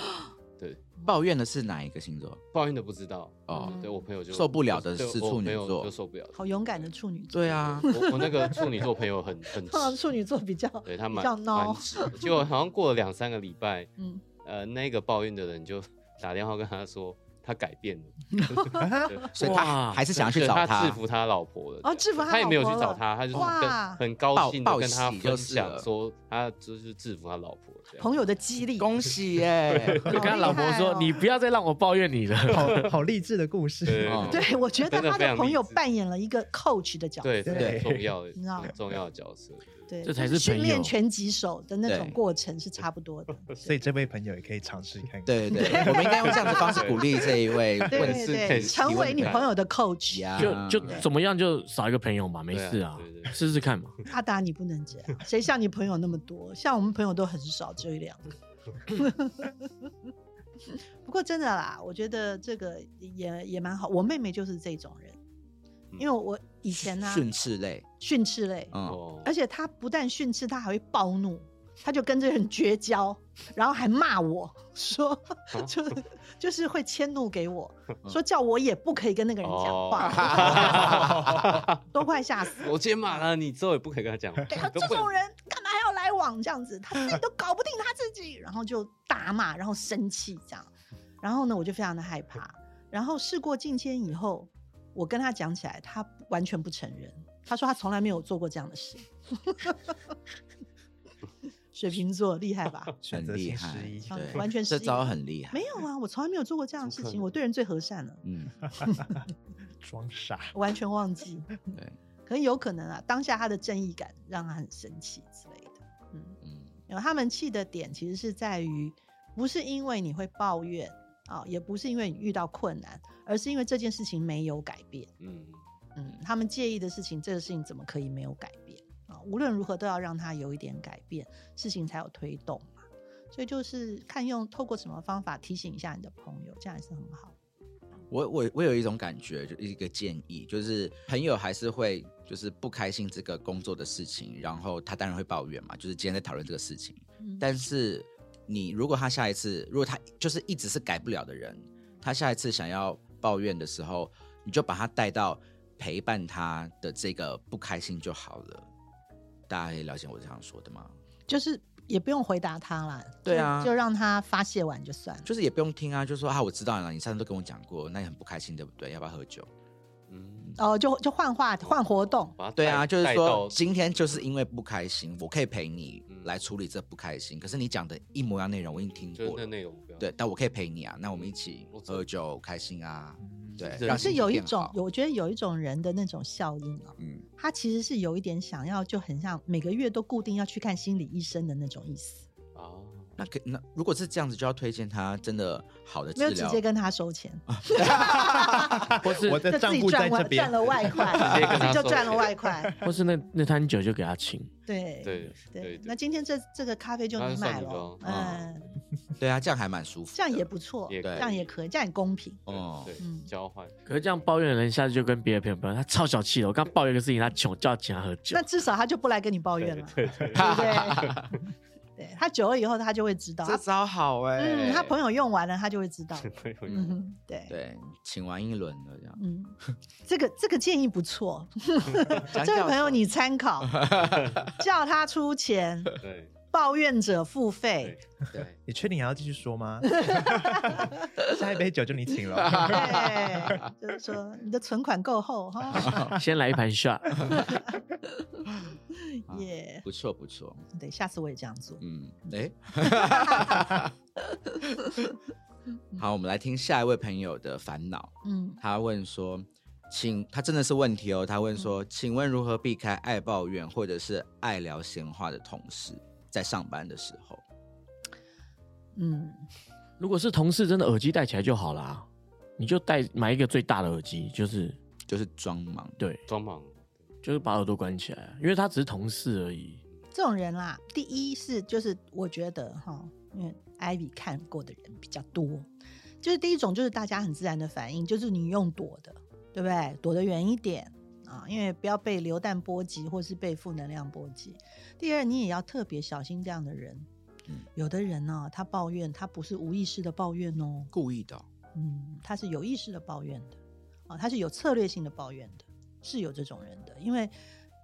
[SPEAKER 5] 对，
[SPEAKER 1] 抱怨的是哪一个星座？
[SPEAKER 5] 抱怨的不知道
[SPEAKER 1] 哦
[SPEAKER 5] 对我朋友就
[SPEAKER 1] 受不了的
[SPEAKER 5] 对
[SPEAKER 1] 是
[SPEAKER 5] 我
[SPEAKER 1] 处女
[SPEAKER 5] 朋友
[SPEAKER 1] 座
[SPEAKER 5] 就受不了，
[SPEAKER 4] 好勇敢的处女座，
[SPEAKER 1] 对啊，
[SPEAKER 5] 我我那个处女座朋友很很
[SPEAKER 4] 通常
[SPEAKER 5] 直
[SPEAKER 4] 处女座比较
[SPEAKER 5] 对啊他
[SPEAKER 4] 比
[SPEAKER 5] 蛮
[SPEAKER 4] 较
[SPEAKER 5] 蛮
[SPEAKER 4] 孬，
[SPEAKER 5] 直的，结果好像过了两三个礼拜，
[SPEAKER 4] (laughs) 嗯，
[SPEAKER 5] 呃，那个抱怨的人就打电话跟他说他改变了，
[SPEAKER 3] 啊
[SPEAKER 5] 对
[SPEAKER 1] 所以
[SPEAKER 2] 哇
[SPEAKER 1] 他还是想要去
[SPEAKER 5] 对
[SPEAKER 1] 找
[SPEAKER 5] 他
[SPEAKER 1] 他
[SPEAKER 5] 制。服他老婆了
[SPEAKER 4] 哦
[SPEAKER 5] 这样
[SPEAKER 4] 制服他
[SPEAKER 5] 他也没有去
[SPEAKER 4] 老婆
[SPEAKER 5] 找
[SPEAKER 4] 了
[SPEAKER 5] 他，他就是
[SPEAKER 4] 哇
[SPEAKER 5] 跟很高兴的
[SPEAKER 1] 报
[SPEAKER 5] 跟他
[SPEAKER 1] 报喜就
[SPEAKER 5] 分
[SPEAKER 1] 是
[SPEAKER 5] 享
[SPEAKER 1] 了
[SPEAKER 5] 说他就是制服他老婆这样。
[SPEAKER 4] 朋友的激励，
[SPEAKER 1] 恭喜耶！
[SPEAKER 2] 就跟他老婆
[SPEAKER 4] 好厉害
[SPEAKER 2] 说
[SPEAKER 4] 哦：“
[SPEAKER 2] 你不要再让我抱怨你了。
[SPEAKER 3] 好好励志的故事
[SPEAKER 5] 对，
[SPEAKER 1] 哦
[SPEAKER 4] 对我觉得
[SPEAKER 5] 真的
[SPEAKER 4] 他
[SPEAKER 5] 非
[SPEAKER 4] 的
[SPEAKER 5] 常
[SPEAKER 4] 朋友
[SPEAKER 5] 励志
[SPEAKER 4] 扮演了一个 coach 的角色，
[SPEAKER 5] 对，嗯这是很
[SPEAKER 3] 对
[SPEAKER 5] 重要的
[SPEAKER 4] 你知道
[SPEAKER 5] 很重要的角色。
[SPEAKER 4] 对，
[SPEAKER 2] 这才
[SPEAKER 4] 就是
[SPEAKER 2] 朋
[SPEAKER 4] 训
[SPEAKER 2] 友
[SPEAKER 4] 练拳击手的那种
[SPEAKER 1] 对
[SPEAKER 4] 过程是差不多的，
[SPEAKER 2] (laughs)
[SPEAKER 3] 所以这位朋友也可以尝试看看。
[SPEAKER 1] 对对，对我们应该用这样的方式鼓励这一位
[SPEAKER 4] 对
[SPEAKER 1] 问
[SPEAKER 4] 对
[SPEAKER 5] 是可
[SPEAKER 4] 对，
[SPEAKER 5] 以
[SPEAKER 4] 成为你
[SPEAKER 5] 提问的
[SPEAKER 4] 朋友的 coach
[SPEAKER 1] 呀，
[SPEAKER 2] 就就怎么样，就少一个朋友嘛，没事啊
[SPEAKER 5] 对啊对，对
[SPEAKER 2] 试试看嘛。
[SPEAKER 4] 阿达，你不能这样，谁像你朋友那么多？像我们朋友都很少，只有一两个。 (laughs) 不过真的啦，我觉得这个也也蛮好。我妹妹就是这种人，因为我以前啊呢、
[SPEAKER 1] 训斥类，
[SPEAKER 4] 训斥类，
[SPEAKER 1] 嗯，
[SPEAKER 5] 哦，
[SPEAKER 4] 而且她不但训斥，她还会暴怒，她就跟这个人绝交，然后还骂我说，就是就是会迁怒给我，说叫我也不可以跟那个人
[SPEAKER 5] 哦
[SPEAKER 4] 讲话，都快吓死了。
[SPEAKER 5] (laughs) 我解码了，你之后也不可以跟他讲话。
[SPEAKER 4] 对，他
[SPEAKER 5] 都
[SPEAKER 4] 这
[SPEAKER 5] 不能
[SPEAKER 4] 种人干嘛还要来往这样子？他自己都搞不定他自己，然后就大骂，然后生气这样。然后呢，我就非常的害怕。然后事过境迁以后，我跟他讲起来，他完全不承认。他说他从来没有做过这样的事。 (laughs) 水瓶座厉害吧？
[SPEAKER 3] 选择
[SPEAKER 1] 很厉
[SPEAKER 3] 性
[SPEAKER 1] 害
[SPEAKER 3] 失忆，
[SPEAKER 1] (laughs)
[SPEAKER 4] 啊
[SPEAKER 1] 对
[SPEAKER 4] 完全
[SPEAKER 1] 这
[SPEAKER 4] 失忆
[SPEAKER 1] 招很厉害
[SPEAKER 4] 没。有啊，我从来没有做过这样的事
[SPEAKER 5] 怎么可
[SPEAKER 4] 情。
[SPEAKER 5] 能
[SPEAKER 4] 我对人最和善了，
[SPEAKER 1] 嗯，
[SPEAKER 3] 装傻。
[SPEAKER 4] 我完全忘记。
[SPEAKER 1] 对，
[SPEAKER 4] (laughs) 可能有可能啊，当下他的正义感让他很生气之类的。嗯。
[SPEAKER 1] 嗯，
[SPEAKER 4] 然后他们气的点其实是在于，不是因为你会抱怨啊、也不是因为你遇到困难，而是因为这件事情没有改变。
[SPEAKER 5] 嗯，
[SPEAKER 4] 嗯，他们介意的事情，这个事情怎么可以没有改变啊、无论如何都要让它有一点改变，事情才有推动嘛。所以就是看用透过什么方法提醒一下你的朋友，这样也是很好。
[SPEAKER 1] 我我我有一种感觉，就一个建议，就是朋友还是会就是不开心这个工作的事情，然后他当然会抱怨嘛，就是今天在讨论这个事情，
[SPEAKER 4] 嗯，
[SPEAKER 1] 但是你如果他下一次，如果他就是一直是改不了的人，他下一次想要抱怨的时候，你就把他带到陪伴他的这个不开心就好了。大家可以了解我这样说的吗？
[SPEAKER 4] 就是也不用回答他啦，
[SPEAKER 1] 对
[SPEAKER 4] 就
[SPEAKER 1] 啊
[SPEAKER 4] 就让他发泄完就算了。
[SPEAKER 1] 就是也不用听啊，就说啊，我知道了，你上次都跟我讲过，那你很不开心，对不对？要不要喝酒？
[SPEAKER 5] 嗯，
[SPEAKER 4] 哦，就就换话换活动，
[SPEAKER 5] 把它
[SPEAKER 1] 对啊，
[SPEAKER 5] 带
[SPEAKER 1] 就是
[SPEAKER 5] 带
[SPEAKER 1] 说
[SPEAKER 5] 到
[SPEAKER 1] 今天就是因为不开心，我可以陪你
[SPEAKER 5] 嗯
[SPEAKER 1] 来处理这不开心。可是你讲的一模一样内容，我已经听
[SPEAKER 5] 就是
[SPEAKER 1] 过
[SPEAKER 5] 那
[SPEAKER 1] 了。
[SPEAKER 5] 内容不要
[SPEAKER 1] 对，但我可以陪你啊，那我们一起
[SPEAKER 5] 我知道
[SPEAKER 1] 喝酒开心啊，对，
[SPEAKER 5] 是
[SPEAKER 1] 让心
[SPEAKER 4] 可
[SPEAKER 5] 可
[SPEAKER 4] 是
[SPEAKER 1] 情
[SPEAKER 4] 有一
[SPEAKER 1] 变
[SPEAKER 4] 种
[SPEAKER 1] 好，
[SPEAKER 4] 我觉得有一种人的那种效应哦，
[SPEAKER 1] 嗯，
[SPEAKER 4] 他其实是有一点想要，就很像每个月都固定要去看心理医生的那种意思，
[SPEAKER 5] 啊，
[SPEAKER 1] 那可那如果是这样子，就要推荐他真的好的
[SPEAKER 4] 没
[SPEAKER 1] 治
[SPEAKER 4] 有直
[SPEAKER 1] 疗，
[SPEAKER 4] 接跟他收钱，
[SPEAKER 2] 或是
[SPEAKER 3] 我的
[SPEAKER 4] 就自
[SPEAKER 3] 账
[SPEAKER 4] 己
[SPEAKER 3] 户在
[SPEAKER 4] 赚
[SPEAKER 3] 这
[SPEAKER 4] 了
[SPEAKER 3] 边
[SPEAKER 4] 赚，了外
[SPEAKER 5] 直接
[SPEAKER 4] 快，
[SPEAKER 5] 跟
[SPEAKER 4] 就
[SPEAKER 5] 他收
[SPEAKER 4] 赚了
[SPEAKER 5] 钱
[SPEAKER 4] 外快，
[SPEAKER 2] (laughs) 或是那那摊酒就给他请，
[SPEAKER 4] 对
[SPEAKER 5] 对对
[SPEAKER 4] 对
[SPEAKER 5] 对，
[SPEAKER 4] 那今天这这个咖啡就
[SPEAKER 5] 那
[SPEAKER 4] 你
[SPEAKER 5] 就
[SPEAKER 4] 买
[SPEAKER 5] 算你
[SPEAKER 4] 了，
[SPEAKER 5] 吧啊
[SPEAKER 4] 嗯，
[SPEAKER 1] 对啊，这样还蛮舒服的，
[SPEAKER 4] 这样也不错，
[SPEAKER 5] 也
[SPEAKER 4] 这样也可以，这样很公平。
[SPEAKER 1] 哦
[SPEAKER 5] 哦，对
[SPEAKER 4] 嗯，
[SPEAKER 5] 交换
[SPEAKER 2] 可是这样抱怨的人一下子就跟别的朋友抱怨，他超小气的。我刚抱怨一个事情，他穷就要请他喝酒
[SPEAKER 4] 那，至少他就不来跟你抱怨了，对
[SPEAKER 5] 对对，
[SPEAKER 4] 不对？对他久了以后，他就会知
[SPEAKER 1] (laughs)
[SPEAKER 4] 道。
[SPEAKER 1] 这
[SPEAKER 4] 他
[SPEAKER 1] 招好哎、
[SPEAKER 4] 嗯，他朋友用完了，他就会知道。
[SPEAKER 5] 对 (laughs) 对
[SPEAKER 4] 嗯哼，对，
[SPEAKER 1] 对，请完一轮了这样。
[SPEAKER 4] 嗯，这个这个建议不错，
[SPEAKER 1] 讲
[SPEAKER 4] 这位
[SPEAKER 1] 讲
[SPEAKER 4] 朋友
[SPEAKER 1] 说
[SPEAKER 4] 你参考，叫他出钱，
[SPEAKER 5] 对
[SPEAKER 4] 抱怨者付费
[SPEAKER 5] 对。对，
[SPEAKER 3] 你确定还要继续说吗？ (laughs) 下一杯酒就你请了。
[SPEAKER 4] (laughs) 对，就是说你的存款够厚哈，
[SPEAKER 2] 先来一盘 shot。
[SPEAKER 4] 耶！
[SPEAKER 1] 不错不错，
[SPEAKER 4] 对，下次我也这样做。
[SPEAKER 1] 嗯，
[SPEAKER 4] (laughs)
[SPEAKER 1] 哎、好，我们来听下一位朋友的烦恼。
[SPEAKER 4] 嗯，
[SPEAKER 1] 他问说，请他真的是问题哦。他问说，
[SPEAKER 4] 嗯
[SPEAKER 1] 请问如何避开爱抱怨或者是爱聊闲话的同事，在上班的时候？
[SPEAKER 4] 嗯，
[SPEAKER 2] 如果是同事，真的耳机戴起来就好啦，你就戴买一个最大的耳机，就是
[SPEAKER 1] 就是装忙，
[SPEAKER 2] 对，
[SPEAKER 5] 装忙
[SPEAKER 2] 就是把耳朵关起来，因为他只是同事而已。
[SPEAKER 4] 这种人啦，第一是就是我觉得哈，因为 Ivy 看过的人比较多，就是第一种就是大家很自然的反应，就是你用躲的，对不对？躲得远一点啊，因为不要被流弹波及或是被负能量波及。第二，你也要特别小心这样的人。
[SPEAKER 1] 嗯
[SPEAKER 4] 有的人呢、他抱怨，他不是无意识的抱怨哦，
[SPEAKER 1] 故意的哦、
[SPEAKER 4] 嗯，他是有意识的抱怨的，啊，他是有策略性的抱怨的，是有这种人的，因为，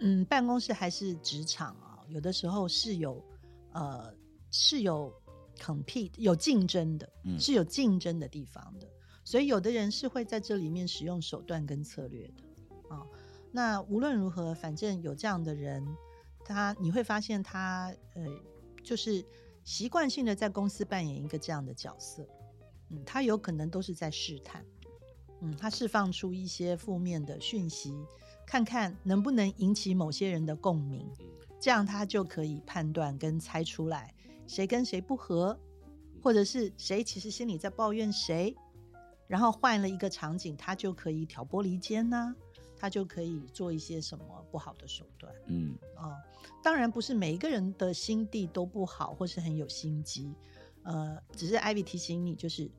[SPEAKER 4] 嗯，办公室还是职场啊，有的时候是有，呃，是有 compete 有竞争的，
[SPEAKER 1] 嗯
[SPEAKER 4] 是有竞争的地方的，所以有的人是会在这里面使用手段跟策略的，啊，那无论如何，反正有这样的人，他你会发现他，呃，就是习惯性的在公司扮演一个这样的角色。嗯，他有可能都是在试探，嗯，他释放出一些负面的讯息，看看能不能引起某些人的共鸣，
[SPEAKER 5] 嗯
[SPEAKER 4] 这样他就可以判断跟猜出来谁跟谁不合，或者是谁其实心里在抱怨谁，然后换了一个场景，他就可以挑拨离间呐、他就可以做一些什么不好的手段。
[SPEAKER 1] 嗯，
[SPEAKER 4] 哦，当然不是每一个人的心地都不好，或是很有心机。呃，只是艾比提醒你，就是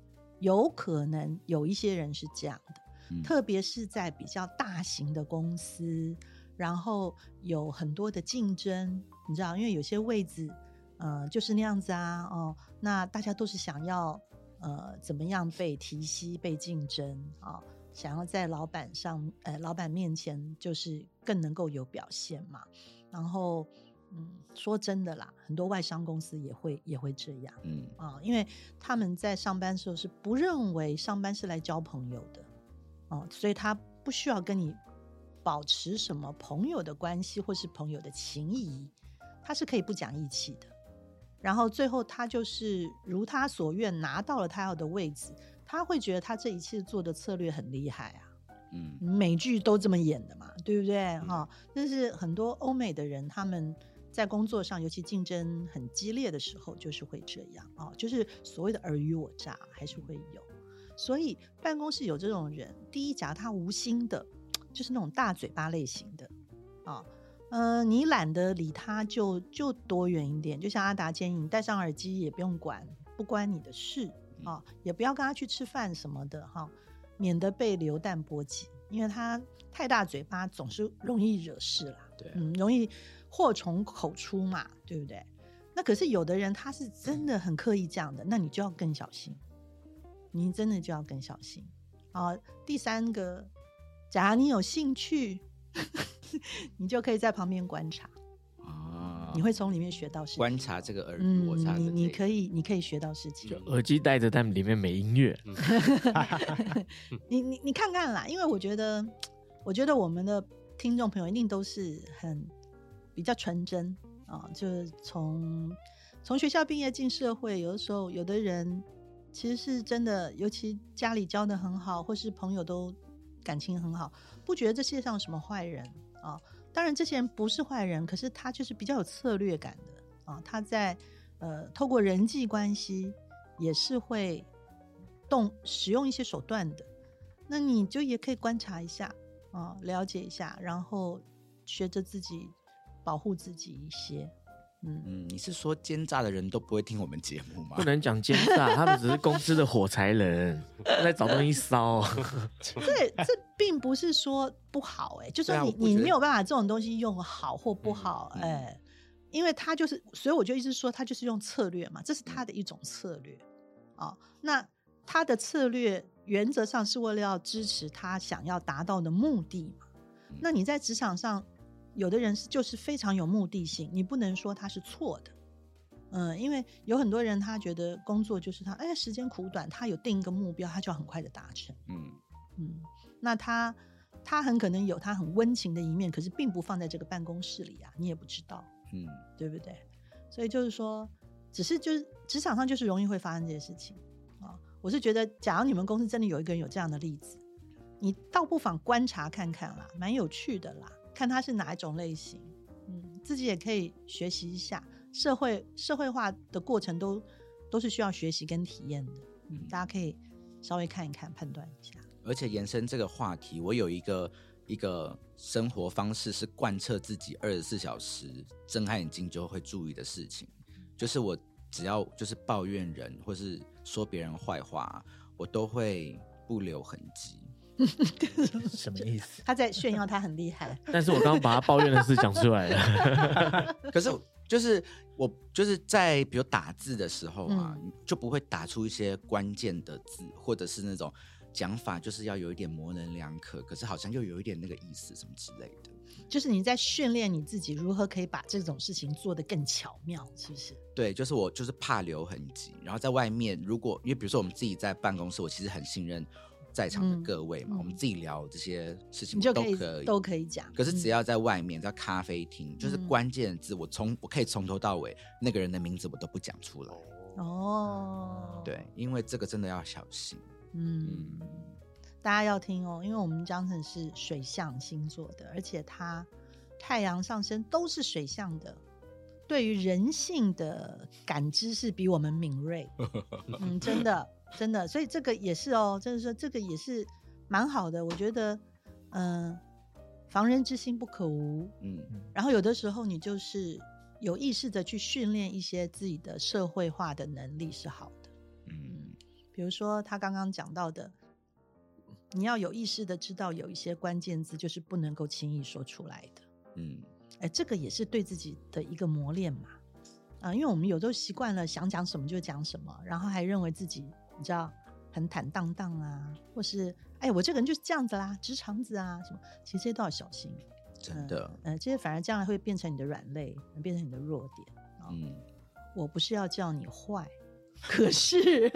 [SPEAKER 4] 有可能有一些人是这样的，
[SPEAKER 1] 嗯
[SPEAKER 4] 特别是在比较大型的公司，然后有很多的竞争，你知道，因为有些位置，呃，就是那样子啊，哦，那大家都是想要呃怎么样被提携、被竞争啊、哦想要在老板上，呃，老板面前就是更能够有表现嘛。然后，嗯，说真的啦，很多外商公司也会也会这样
[SPEAKER 1] 嗯
[SPEAKER 4] 啊、因为他们在上班时候是不认为上班是来交朋友的哦、所以他不需要跟你保持什么朋友的关系或是朋友的情谊，他是可以不讲义气的。然后最后他就是如他所愿拿到了他要的位置，他会觉得他这一切做的策略很厉害啊。
[SPEAKER 1] 嗯
[SPEAKER 4] 美剧都这么演的嘛，对不对？哈、但是很多欧美的人他们在工作上，尤其竞争很激烈的时候，就是会这样啊、就是所谓的尔虞我诈还是会有。所以办公室有这种人，第一，假如他无心的，就是那种大嘴巴类型的啊。呃，你懒得理他就，就躲远一点。就像阿达建议，你戴上耳机也不用管，不关你的事啊、也不要跟他去吃饭什么的哈、免得被流弹波及，因为他太大嘴巴总是容易惹事啦，
[SPEAKER 1] 对
[SPEAKER 4] 嗯，容易祸从口出嘛，对不对？那可是有的人他是真的很刻意这样的，那你就要更小心，你真的就要更小心啊、第三个，假如你有兴趣， (laughs) 你就可以在旁边观察，
[SPEAKER 1] 啊，
[SPEAKER 4] 你会从里面学到事
[SPEAKER 1] 观
[SPEAKER 4] 情。
[SPEAKER 1] 察这个耳
[SPEAKER 4] 嗯，
[SPEAKER 1] 我察
[SPEAKER 4] 你
[SPEAKER 1] 的
[SPEAKER 4] 你
[SPEAKER 1] 这个
[SPEAKER 4] 可以你可以学到事情，
[SPEAKER 5] 就
[SPEAKER 2] 耳机戴着，但里面没音乐。
[SPEAKER 4] 你你你看看啦，因为我觉得我觉得我们的听众朋友一定都是很比较纯真啊、就是从从学校毕业进社会，有的时候有的人其实是真的，尤其家里教的很好，或是朋友都感情很好，不觉得这世界上有什么坏人啊、当然，这些人不是坏人，可是他就是比较有策略感的啊、他在呃透过人际关系也是会动使用一些手段的。那你就也可以观察一下啊、了解一下，然后学着自己保护自己一些。嗯，
[SPEAKER 1] 嗯，你是说奸诈的人都不会听我们节目吗
[SPEAKER 2] 不？能讲奸诈，他们只是公司的火柴人，在找东西烧。
[SPEAKER 4] 这这并不是说不好哎、就是
[SPEAKER 1] 对啊
[SPEAKER 4] 你
[SPEAKER 1] 我不
[SPEAKER 4] 你
[SPEAKER 1] 觉得
[SPEAKER 4] 没有办法这种东西用好或不好哎、
[SPEAKER 1] 嗯
[SPEAKER 4] 因为他就是，所以我就一直说他就是用策略嘛，这是他的一种策略啊、那他的策略原则上是为了要支持他想要达到的目的嘛。
[SPEAKER 1] 嗯
[SPEAKER 4] 那你在职场上，有的人是就是非常有目的性，你不能说他是错的。嗯，因为有很多人他觉得工作就是他，哎，时间苦短，他有定一个目标，他就要很快的达成。
[SPEAKER 1] 嗯，
[SPEAKER 4] 嗯，那他他很可能有他很温情的一面，可是并不放在这个办公室里啊，你也不知道，
[SPEAKER 1] 嗯，
[SPEAKER 4] 对不对？所以就是说，只是就是职场上就是容易会发生这些事情啊、我是觉得，假如你们公司真的有一个人有这样的例子，你倒不妨观察看看啦，蛮有趣的啦，看他是哪一种类型，嗯，自己也可以学习一下。社会社会化的过程都都是需要学习跟体验的，嗯，大家可以稍微看一看，判断一下。
[SPEAKER 1] 而且延伸这个话题，我有一个一个生活方式是贯彻自己二十四小时睁开眼睛就会注意的事情，就是我只要就是抱怨人或是说别人坏话，我都会不留痕迹。
[SPEAKER 3] 什么意思？
[SPEAKER 4] 他在炫耀他很厉害， (laughs)
[SPEAKER 2] 但是我刚刚把他抱怨的事讲出来了，
[SPEAKER 1] 可是就是我就是在比如打字的时候啊，
[SPEAKER 4] 嗯
[SPEAKER 1] 你就不会打出一些关键的字，或者是那种讲法就是要有一点模棱两可，可是好像又有一点那个意思什么之类的。
[SPEAKER 4] 就是你在训练你自己如何可以把这种事情做得更巧妙，是不是？
[SPEAKER 1] 对，就是我就是怕留痕迹，然后在外面如果因为比如说我们自己在办公室，我其实很信任在场的
[SPEAKER 4] 嗯
[SPEAKER 1] 各位嘛，
[SPEAKER 4] 嗯
[SPEAKER 1] 我们自己聊这些事情
[SPEAKER 4] 你就
[SPEAKER 1] 都
[SPEAKER 4] 可以
[SPEAKER 1] 可以，
[SPEAKER 4] 都可以讲
[SPEAKER 1] 可是只
[SPEAKER 4] 嗯
[SPEAKER 1] 要在外面，在咖啡厅，就是
[SPEAKER 4] 嗯
[SPEAKER 1] 关键字，我从我可以从头到尾那个人的名字我都不讲出来。
[SPEAKER 5] 哦，
[SPEAKER 4] 哦，
[SPEAKER 1] 对，，因为这个真的要小心。
[SPEAKER 4] 嗯，大家要听哦，因为我们张晨是水象星座的，而且他太阳上升都是水象的，对于人性的感知是比我们敏锐。嗯，真的，真的，所以这个也是哦，就是说这个也是蛮好的，我觉得，嗯、防人之心不可无，
[SPEAKER 1] 嗯
[SPEAKER 4] 然后有的时候你就是有意识的去训练一些自己的社会化的能力是好的。
[SPEAKER 1] 嗯
[SPEAKER 4] 比如说他刚刚讲到的，你要有意识的知道有一些关键字就是不能够轻易说出来的。
[SPEAKER 1] 嗯
[SPEAKER 4] 哎，这个也是对自己的一个磨练嘛。啊、因为我们有时候习惯了想讲什么就讲什么，然后还认为自己你知道很坦荡荡啊，或是哎我这个人就是这样子啦，直肠子啊什么，其实这些都要小心。
[SPEAKER 1] 真的，
[SPEAKER 4] 呃，呃这些反而将来会变成你的软肋，呃变成你的弱点。
[SPEAKER 1] 嗯，
[SPEAKER 4] 我不是要叫你坏，
[SPEAKER 1] (laughs)
[SPEAKER 4] 可是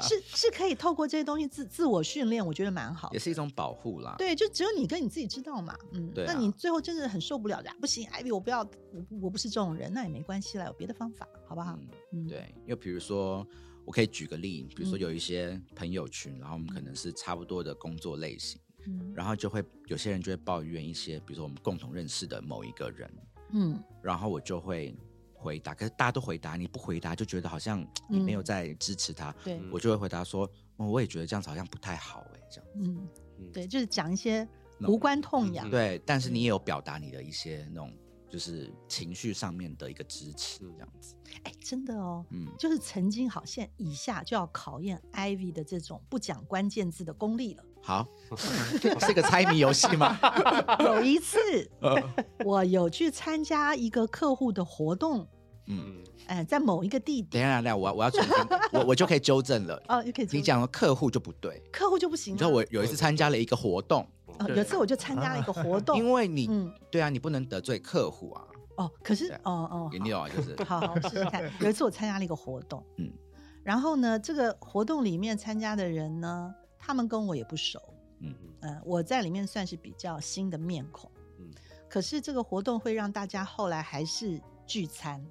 [SPEAKER 4] 是是可以透过这些东西自自我训练，我觉得蛮好
[SPEAKER 1] 也。是一种保护啦。
[SPEAKER 4] 对，就只有你跟你自己知道嘛，嗯，
[SPEAKER 1] 对
[SPEAKER 4] 那
[SPEAKER 1] 啊
[SPEAKER 4] 你最后真的很受不了的，啊不行，艾比，我不要，我不我不是这种人，那也没关系啦，有别的方法，好不好？
[SPEAKER 1] 嗯，
[SPEAKER 4] 嗯，，
[SPEAKER 1] 对，因为比如说，我可以举个例，比如说
[SPEAKER 4] 嗯
[SPEAKER 1] 有一些朋友群，然后我们可能是差不多的工作类型，
[SPEAKER 4] 嗯
[SPEAKER 1] 然后就会有些人就会抱怨一些，比如说我们共同认识的某一个人，
[SPEAKER 4] 嗯，
[SPEAKER 1] 然后我就会回答，可是大家都回答，你不回答就觉得好像你没有
[SPEAKER 4] 嗯
[SPEAKER 1] 在支持他，
[SPEAKER 4] 对，
[SPEAKER 1] 我就会回答说，哦，我也觉得这样子好像不太好哎、这样。
[SPEAKER 4] 嗯，
[SPEAKER 5] 嗯
[SPEAKER 4] 对，就是讲一些
[SPEAKER 1] 那
[SPEAKER 4] 无
[SPEAKER 1] 我
[SPEAKER 4] 关痛痒，
[SPEAKER 5] 嗯
[SPEAKER 1] 对，但是你也有表达你的一些那种就是情绪上面的一个支持，
[SPEAKER 5] 嗯
[SPEAKER 1] 这样子。
[SPEAKER 4] 哎，真的哦，
[SPEAKER 1] 嗯，
[SPEAKER 4] 就是曾经好，现在以下就要考验 Ivy 的这种不讲关键字的功力了。
[SPEAKER 5] (laughs)
[SPEAKER 1] 好，是一个猜谜游戏吗？
[SPEAKER 4] 有一次，我有去参加一个客户的活动，
[SPEAKER 1] 嗯，
[SPEAKER 5] 嗯，
[SPEAKER 4] 哎、在某一个地
[SPEAKER 1] 等
[SPEAKER 4] 点，
[SPEAKER 1] 一下，等一下，我要我要重新，我我就可以纠正了。
[SPEAKER 4] 哦，又可以
[SPEAKER 1] 你讲的客户就不对。
[SPEAKER 4] 客户就不行、啊。
[SPEAKER 1] 你知道我有一次参加了一个活动，
[SPEAKER 4] 哦、
[SPEAKER 2] 对
[SPEAKER 4] 有一次我就参加了一个活动，
[SPEAKER 1] 因为你、
[SPEAKER 4] 嗯
[SPEAKER 1] 对啊，你不能得罪客户啊，
[SPEAKER 4] 哦，可是
[SPEAKER 1] 对啊
[SPEAKER 4] 哦哦，
[SPEAKER 1] 你懂啊，
[SPEAKER 4] (laughs)
[SPEAKER 1] 就是
[SPEAKER 4] 好好好试试看。有一次我参加了一个活动，嗯
[SPEAKER 1] 嗯，
[SPEAKER 4] 然后呢，这个活动里面参加的人呢，他们跟我也不熟，
[SPEAKER 1] 嗯
[SPEAKER 5] 嗯
[SPEAKER 4] 呃，我在里面算是比较新的面孔，
[SPEAKER 5] 嗯
[SPEAKER 4] 可是这个活动会让大家后来还是聚餐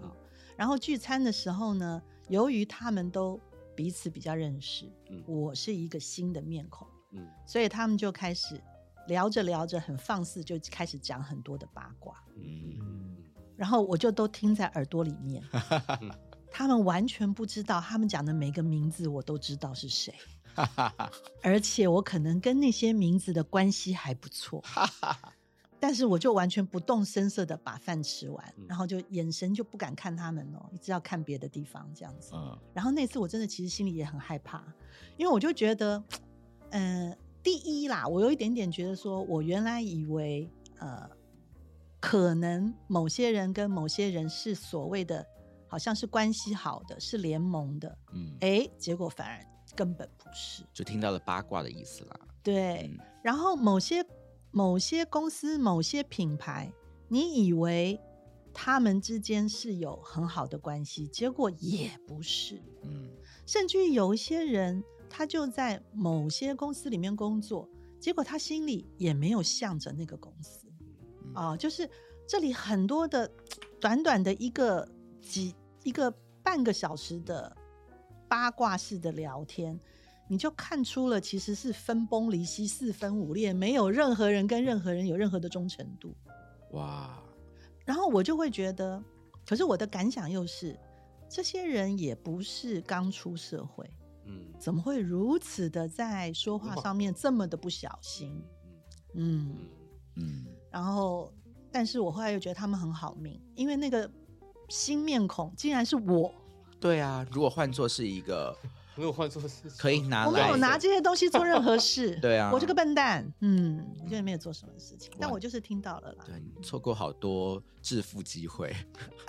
[SPEAKER 4] 啊、然后聚餐的时候呢，由于他们都彼此比较认识，
[SPEAKER 5] 嗯
[SPEAKER 4] 我是一个新的面孔，
[SPEAKER 5] 嗯
[SPEAKER 4] 所以他们就开始聊着聊着很放肆，就开始讲很多的八卦，
[SPEAKER 5] 嗯嗯，
[SPEAKER 4] 然后我就都听在耳朵里面他们完全不知道，他们讲的每个名字我都知道是谁。
[SPEAKER 1] 哈哈哈，
[SPEAKER 4] 而且我可能跟那些名字的关系还不错，但是我就完全不动声色的把饭吃完，
[SPEAKER 5] 嗯
[SPEAKER 4] 然后就眼神就不敢看他们哦，一直要看别的地方这样子。
[SPEAKER 1] 嗯
[SPEAKER 4] 然后那次我真的其实心里也很害怕，因为我就觉得，呃，第一啦，我有一点点觉得说，我原来以为呃，可能某些人跟某些人是所谓的好像是关系好的，是联盟的，
[SPEAKER 1] 嗯，
[SPEAKER 4] 哎，结果反而根本不是。
[SPEAKER 1] 就听到了八卦的意思啦。
[SPEAKER 4] 对，
[SPEAKER 1] 嗯
[SPEAKER 4] 然后某些某些公司、某些品牌，你以为他们之间是有很好的关系，结果也不是。
[SPEAKER 1] 嗯
[SPEAKER 4] 甚至于有一些人，他就在某些公司里面工作，结果他心里也没有向着那个公司。
[SPEAKER 1] 嗯
[SPEAKER 4] 哦，就是这里很多的短短的一个几一个半个小时的八卦式的聊天，你就看出了其实是分崩离析、四分五裂，没有任何人跟任何人有任何的忠诚度。
[SPEAKER 1] 哇，
[SPEAKER 4] 然后我就会觉得，可是我的感想又是，这些人也不是刚出社会，
[SPEAKER 5] 嗯
[SPEAKER 4] 怎么会如此的在说话
[SPEAKER 5] 哇
[SPEAKER 4] 上面这么的不小心？嗯。
[SPEAKER 1] 嗯
[SPEAKER 4] 然后，但是我后来又觉得他们很好命，因为那个新面孔竟然是我，
[SPEAKER 1] 对啊，如果换做是一个
[SPEAKER 5] 如果换做是
[SPEAKER 1] 可以拿
[SPEAKER 4] 我没
[SPEAKER 1] 啊来。
[SPEAKER 4] 有拿这些东西做任何事
[SPEAKER 1] (laughs) 对啊
[SPEAKER 4] 我这个笨蛋，嗯，我觉得没有做什么事情，但
[SPEAKER 1] 哇
[SPEAKER 4] 我就是听到了啦，
[SPEAKER 1] 对，你错过好多致富机会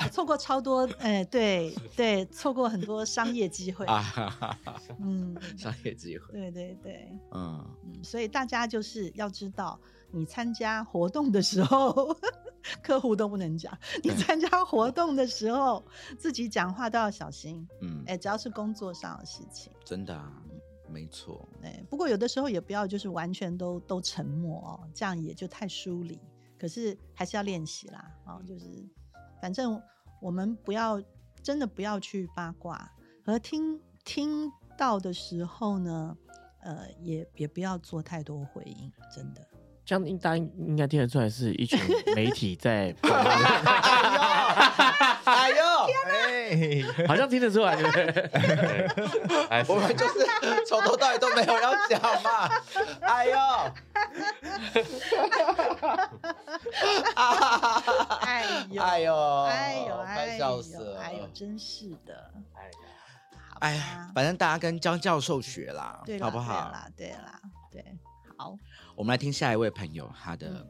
[SPEAKER 4] 我错过超多，哎，对对，错过很多商业机会，
[SPEAKER 1] 啊，哈哈哈
[SPEAKER 4] 嗯，
[SPEAKER 1] 商业机会，
[SPEAKER 4] 对对对，
[SPEAKER 1] 嗯，
[SPEAKER 4] 嗯，所以大家就是要知道，你参加活动的时候， (laughs) 客户都不能讲，你参加活动的时候，自己讲话都要小心，
[SPEAKER 1] 嗯，
[SPEAKER 4] 哎，只要是工作上的事情。
[SPEAKER 1] 真的啊，没错，
[SPEAKER 4] 对，不过有的时候也不要就是完全都都沉默哦，这样也就太疏离。可是还是要练习啦，哦，就是反正我们不要真的不要去八卦，而听听到的时候呢，呃，也也不要做太多回应，真的。
[SPEAKER 2] 这样应大家应该听得出来是一群媒体在跑，
[SPEAKER 1] 哎呦，
[SPEAKER 3] 哎，
[SPEAKER 2] 好像听得出来，对不对？
[SPEAKER 5] (laughs) 还是
[SPEAKER 1] 我们 (laughs) 就是从头到尾都没有要讲嘛， (laughs) 哎呦，
[SPEAKER 4] 哎呦，
[SPEAKER 1] 哎呦，
[SPEAKER 4] 哎呦，
[SPEAKER 1] 快
[SPEAKER 4] 哎
[SPEAKER 1] 笑
[SPEAKER 4] 呦
[SPEAKER 1] 死，了，嗯
[SPEAKER 4] 哎呦，真是的，
[SPEAKER 5] 哎呀
[SPEAKER 4] 好
[SPEAKER 1] 哎呀
[SPEAKER 4] 吧，
[SPEAKER 1] 反正大家跟江教授学啦，
[SPEAKER 4] 对啦
[SPEAKER 1] 好不好？
[SPEAKER 4] 对啦，对啦，对，好，
[SPEAKER 1] 我们来听下一位朋友他的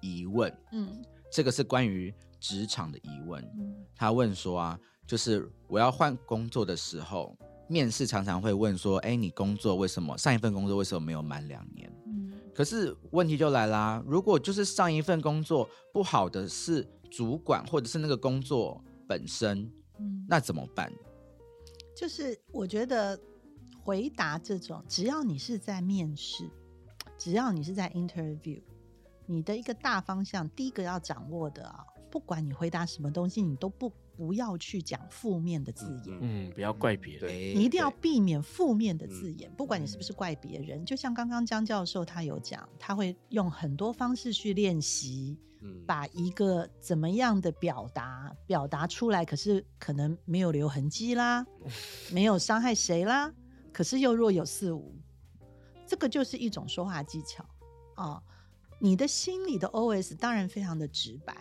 [SPEAKER 1] 疑问，
[SPEAKER 4] 嗯
[SPEAKER 1] 这个是关于职场的疑问。
[SPEAKER 4] 嗯
[SPEAKER 1] 他问说啊，就是我要换工作的时候，面试常常会问说，哎，你工作为什么上一份工作为什么没有满两年？
[SPEAKER 4] 嗯
[SPEAKER 1] 可是问题就来啦，如果就是上一份工作不好的是主管或者是那个工作本身，
[SPEAKER 4] 嗯，
[SPEAKER 1] 那怎么办？
[SPEAKER 4] 就是我觉得回答这种，只要你是在面试，只要你是在 interview，你的一个大方向，第一个要掌握的啊、不管你回答什么东西，你都不不要去讲负面的字眼。
[SPEAKER 5] 嗯
[SPEAKER 2] 嗯，不要怪别人。
[SPEAKER 5] 对
[SPEAKER 1] 哎
[SPEAKER 4] 你一定要
[SPEAKER 5] 对
[SPEAKER 4] 避免负面的字
[SPEAKER 5] 嗯
[SPEAKER 4] 眼，不管你是不是怪别人。就像刚刚江教授他有讲，他会用很多方式去练习，
[SPEAKER 5] 嗯
[SPEAKER 4] 把一个怎么样的表达表达出来，可是可能没有留痕迹
[SPEAKER 5] (laughs)
[SPEAKER 4] 啦，没有伤害谁啦，可是又若有似无，这个就是一种说话技巧啊、你的心里的 OS 当然非常的直白，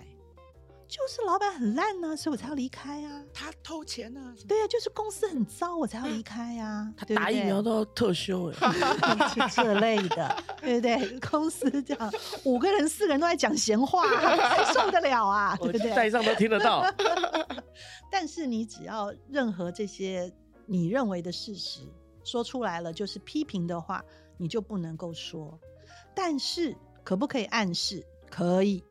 [SPEAKER 4] 就是老板很烂呢、所以我才要离开啊。
[SPEAKER 1] 他偷钱啊，
[SPEAKER 4] 对啊，就是公司很糟，我才要离开啊。
[SPEAKER 2] 嗯
[SPEAKER 4] 对不
[SPEAKER 2] 打疫苗
[SPEAKER 4] 对
[SPEAKER 2] 都要特休哎，
[SPEAKER 4] (laughs) 是这类的，对不对？公司这样，五个人四个人都在讲闲话、谁受得
[SPEAKER 2] (laughs)
[SPEAKER 4] 了啊？对
[SPEAKER 2] 我
[SPEAKER 4] 不对？
[SPEAKER 2] 带上都听得到。
[SPEAKER 4] 但是你只要任何这些你认为的事实说出来了，就是批评的话，你就不能够说。但是可不可以暗示？可以，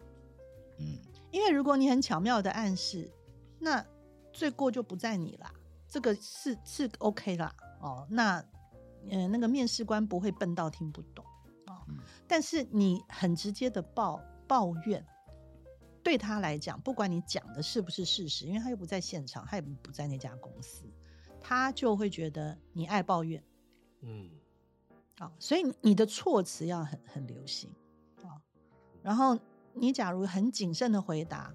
[SPEAKER 1] 嗯，
[SPEAKER 4] 因为如果你很巧妙的暗示，那罪过就不在你啦，这个是是 OK 啦。哦，那嗯、呃那个面试官不会笨到听不懂。但是你很直接的抱抱怨，对他来讲，不管你讲的是不是事实，因为他又不在现场，他也不在那家公司，他就会觉得你爱抱怨
[SPEAKER 5] 嗯，
[SPEAKER 4] 啊、所以你的措辞要很很流行啊、然后你假如很谨慎的回答，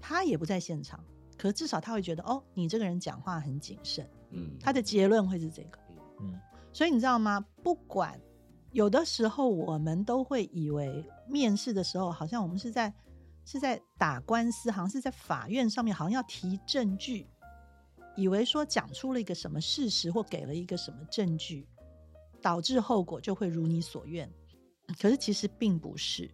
[SPEAKER 4] 他也不在现场，可至少他会觉得哦，你这个人讲话很谨慎，
[SPEAKER 1] 嗯，
[SPEAKER 4] 他的结论会是这个。
[SPEAKER 3] 嗯，
[SPEAKER 4] 所以你知道吗？不管有的时候，我们都会以为面试的时候，好像我们是在是在打官司，好像是在法院上面，好像要提证据，以为说讲出了一个什么事实或给了一个什么证据，导致后果就会如你所愿。可是其实并不是，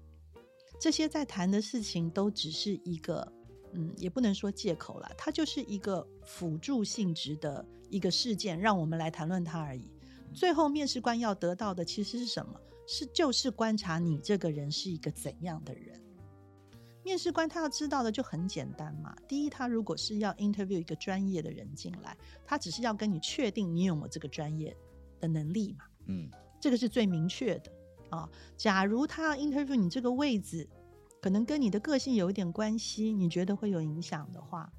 [SPEAKER 4] 这些在谈的事情都只是一个，嗯，也不能说借口啦，它就是一个辅助性质的一个事件，让我们来谈论它而已。最后面试官要得到的其实是什么？是就是观察你这个人是一个怎样的人。面试官他要知道的就很简单嘛。第一，他如果是要 interview 一个专业的人进来，他只是要跟你确定你有没有这个专业的能力嘛。
[SPEAKER 1] 嗯
[SPEAKER 4] 这个是最明确的啊。假如他要 interview 你这个位置，可能跟你的个性有一点关系，你觉得会有影响的话，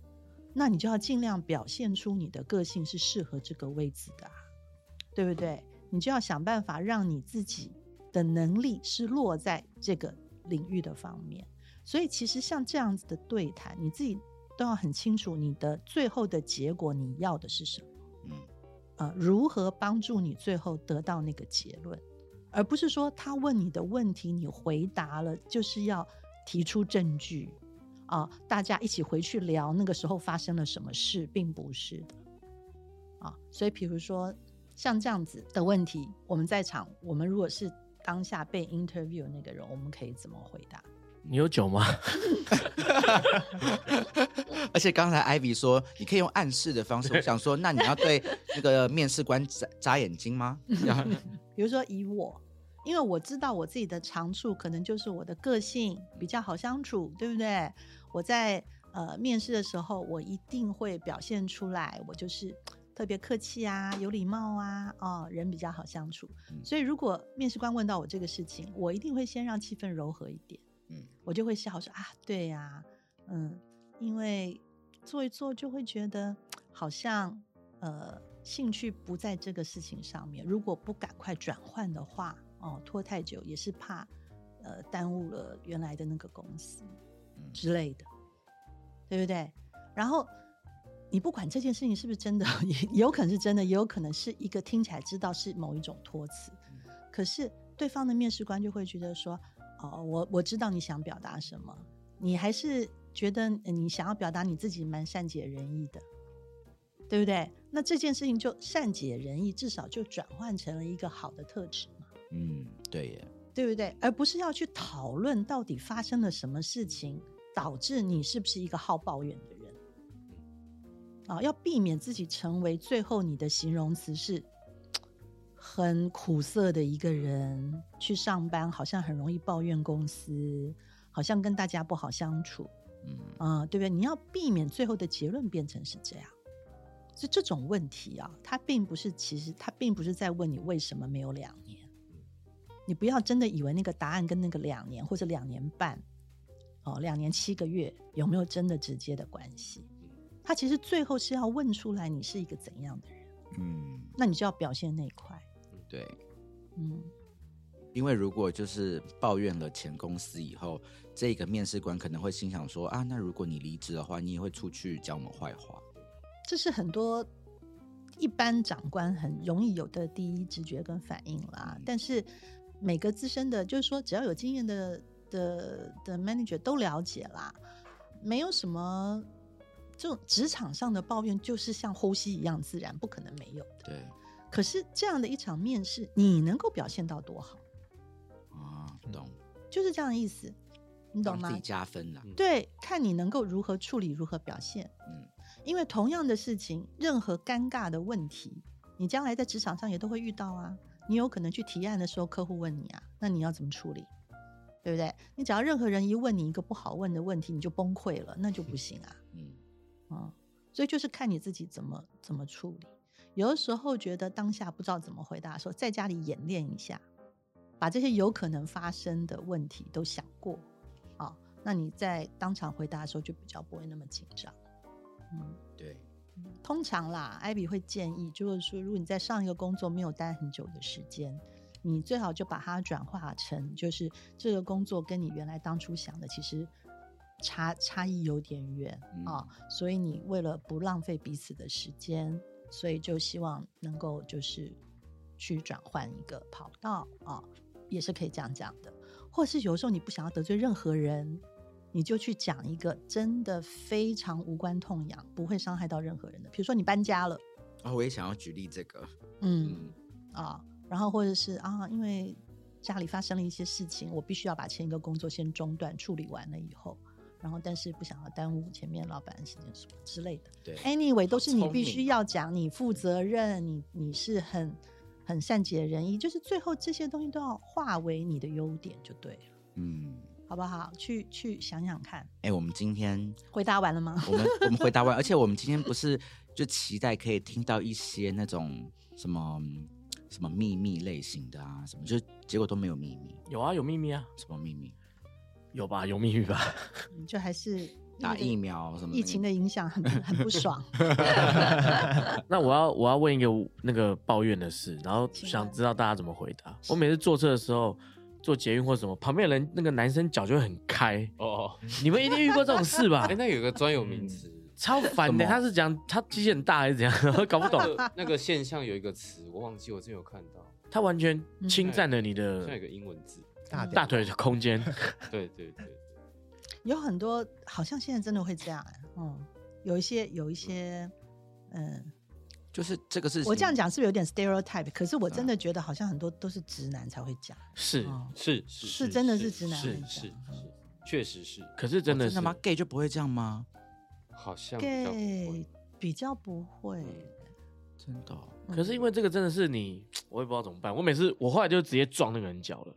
[SPEAKER 4] 那你就要尽量表现出你的个性是适合这个位置的、啊，对不对？你就要想办法让你自己的能力是落在这个领域的方面。所以其实像这样子的对谈，你自己都要很清楚你的最后的结果你要的是什么。
[SPEAKER 1] 嗯
[SPEAKER 4] 呃，如何帮助你最后得到那个结论，而不是说他问你的问题，你回答了，就是要提出证据啊、大家一起回去聊那个时候发生了什么事，并不是的啊、所以，比如说像这样子的问题，我们在场，我们如果是当下被 interview 的那个人，我们可以怎么回答？
[SPEAKER 2] (laughs) 你有酒吗？
[SPEAKER 1] 嗯 (laughs) 而且刚才艾比说，你可以用暗示的方 (laughs) 式，我想说，那你要对那个面试官眨眨眼睛吗？然后
[SPEAKER 4] 比如说以我，因为我知道我自己的长处可能就是我的个性比较好相处，对不对？我在呃面试的时候，我一定会表现出来，我就是特别客气啊，有礼貌啊，哦，人比较好相处。
[SPEAKER 1] 嗯
[SPEAKER 4] 所以如果面试官问到我这个事情，我一定会先让气氛柔和一点，
[SPEAKER 1] 嗯
[SPEAKER 4] 我就会笑说啊，对呀、嗯，因为做一做就会觉得好像呃兴趣不在这个事情上面，如果不赶快转换的话，哦，拖太久也是怕呃耽误了原来的那个公司
[SPEAKER 1] 嗯
[SPEAKER 4] 之类的，对不对？然后你不管这件事情是不是真的， (laughs) 也有可能是真的，也有可能是一个听起来知道是某一种托词，可是对方的面试官就会觉得说，哦，我我知道你想表达什么，你还是觉得呃你想要表达你自己蛮善解人意的，对不对？那这件事情就善解人意，至少就转换成了一个好的特质嘛，
[SPEAKER 1] 嗯，对耶，
[SPEAKER 4] 对不对？而不是要去讨论到底发生了什么事情，导致你是不是一个好抱怨的人。啊，要避免自己成为最后你的形容词是很苦涩的一个人，去上班好像很容易抱怨公司，好像跟大家不好相处
[SPEAKER 1] 嗯
[SPEAKER 4] 啊、对不对？你要避免最后的结论变成是这样。所以这种问题啊，它并不是，其实它并不是在问你为什么没有两年。你不要真的以为那个答案跟那个两年或者两年半，哦，两年七个月有没有真的直接的关系？他其实最后是要问出来你是一个怎样的人，
[SPEAKER 1] 嗯，
[SPEAKER 4] 那你就要表现那一块。
[SPEAKER 1] 对，
[SPEAKER 4] 嗯，
[SPEAKER 1] 因为如果就是抱怨了前公司以后，这个面试官可能会心想说啊，那如果你离职的话，你也会出去讲我们坏话。
[SPEAKER 4] 这是很多一般长官很容易有的第一直觉跟反应啦。但是每个资深的，就是说只要有经验的的的 manager 都了解啦，没有什么这种职场上的抱怨，就是像呼吸一样自然，不可能没有的。
[SPEAKER 1] 对
[SPEAKER 4] 可是这样的一场面试，你能够表现到多好，
[SPEAKER 1] 啊，懂，
[SPEAKER 4] 就是这样的意思，你嗯懂
[SPEAKER 1] 帮
[SPEAKER 4] 吗
[SPEAKER 1] 自己？加分啦。
[SPEAKER 4] 对，看你能够如何处理，如何表现。
[SPEAKER 1] 嗯
[SPEAKER 4] 因为同样的事情，任何尴尬的问题，你将来在职场上也都会遇到啊。你有可能去提案的时候，客户问你啊，那你要怎么处理？对不对？你只要任何人一问你一个不好问的问题，你就崩溃了，那就不行啊。
[SPEAKER 1] 嗯
[SPEAKER 4] 嗯，所以就是看你自己怎么怎么处理。有的时候觉得当下不知道怎么回答的时候，在家里演练一下，把这些有可能发生的问题都想过，啊、那你在当场回答的时候就比较不会那么紧张。嗯，
[SPEAKER 1] 对，
[SPEAKER 4] 通常啦，艾比会建议，就是说，如果你在上一个工作没有待很久的时间，你最好就把它转化成，就是这个工作跟你原来当初想的其实差差异有点远啊、
[SPEAKER 1] 嗯
[SPEAKER 4] 所以你为了不浪费彼此的时间，所以就希望能够就是去转换一个跑道啊、也是可以这样讲的。或是有时候你不想要得罪任何人，你就去讲一个真的非常无关痛痒、不会伤害到任何人的，比如说你搬家了，
[SPEAKER 1] 啊、我也想要举例这个，
[SPEAKER 4] 嗯
[SPEAKER 5] 嗯，
[SPEAKER 4] 啊，然后或者是啊，因为家里发生了一些事情，我必须要把前一个工作先中断处理完了以后，然后但是不想要耽误前面老板的时间什么之类的。
[SPEAKER 1] 对，
[SPEAKER 4] Anyway，都是你
[SPEAKER 1] 聪
[SPEAKER 4] 必
[SPEAKER 1] 明
[SPEAKER 4] 须
[SPEAKER 1] 哦
[SPEAKER 4] 要讲，你负责任，你你是很很善解人意，就是最后这些东西都要化为你的优点就对了，
[SPEAKER 1] 嗯，
[SPEAKER 4] 好不好？去去想想看，
[SPEAKER 1] 哎、我们今天
[SPEAKER 4] 回答完了吗？
[SPEAKER 1] 我们我们回答完，而且我们今天不是就期待可以听到一些那种什么嗯什么秘密类型的啊，什么就结果都没有秘密，
[SPEAKER 2] (laughs) 有啊，有秘密啊，
[SPEAKER 1] 什么秘密？
[SPEAKER 2] 有吧，有秘密吧。 (laughs)
[SPEAKER 4] 嗯就还是
[SPEAKER 1] 打
[SPEAKER 4] 那个
[SPEAKER 1] 疫苗什么
[SPEAKER 4] 疫情的影响很不很不爽。
[SPEAKER 2] 那我要我要问一个那个抱怨的事，然后
[SPEAKER 4] 请
[SPEAKER 2] 想
[SPEAKER 4] 问
[SPEAKER 2] 知道大家怎么回答。我每次坐车的时候，坐捷运或什么，旁边的人那个男生脚就会很 (laughs) 开，
[SPEAKER 5] 哦，
[SPEAKER 2] 你们一定遇过这种事吧 (laughs)
[SPEAKER 5] 哎，？那有个专有名词，
[SPEAKER 1] 嗯
[SPEAKER 2] 超烦
[SPEAKER 1] 什
[SPEAKER 2] 的，
[SPEAKER 1] 么
[SPEAKER 2] 他是讲他机器很大还是怎样？ (laughs) 我搞不懂，
[SPEAKER 5] 那那个现象有一个词，我忘记，我真有看到，
[SPEAKER 2] 他完全侵占了你
[SPEAKER 1] 嗯
[SPEAKER 5] 好像有
[SPEAKER 2] 的
[SPEAKER 5] 个英文字，
[SPEAKER 3] 大
[SPEAKER 4] 嗯
[SPEAKER 2] 大腿的空 (laughs) 间。
[SPEAKER 5] 对对对，
[SPEAKER 4] 有很多好像现在真的会这样、欸，嗯，有一些有一些，嗯，
[SPEAKER 1] 就是这个事情，
[SPEAKER 4] 我这样讲是不是有点 stereotype？可是我真的觉得好像很多都是直男才会讲，
[SPEAKER 2] 是，
[SPEAKER 4] 嗯，
[SPEAKER 5] 是
[SPEAKER 4] 是真的是直男
[SPEAKER 5] 是
[SPEAKER 4] 会讲
[SPEAKER 5] 是是，确实是，
[SPEAKER 2] 可是真
[SPEAKER 1] 哦
[SPEAKER 2] 的
[SPEAKER 1] 真
[SPEAKER 2] 是
[SPEAKER 1] 的吗？gay 就不会这样吗？
[SPEAKER 5] 好像比较不
[SPEAKER 4] ，gay
[SPEAKER 5] 会
[SPEAKER 4] 比较不会，
[SPEAKER 1] 真的哦、
[SPEAKER 4] 嗯
[SPEAKER 2] 嗯可是因为这个真的是你，我也不知道怎么办。我每次我后来就直接撞那个人脚了，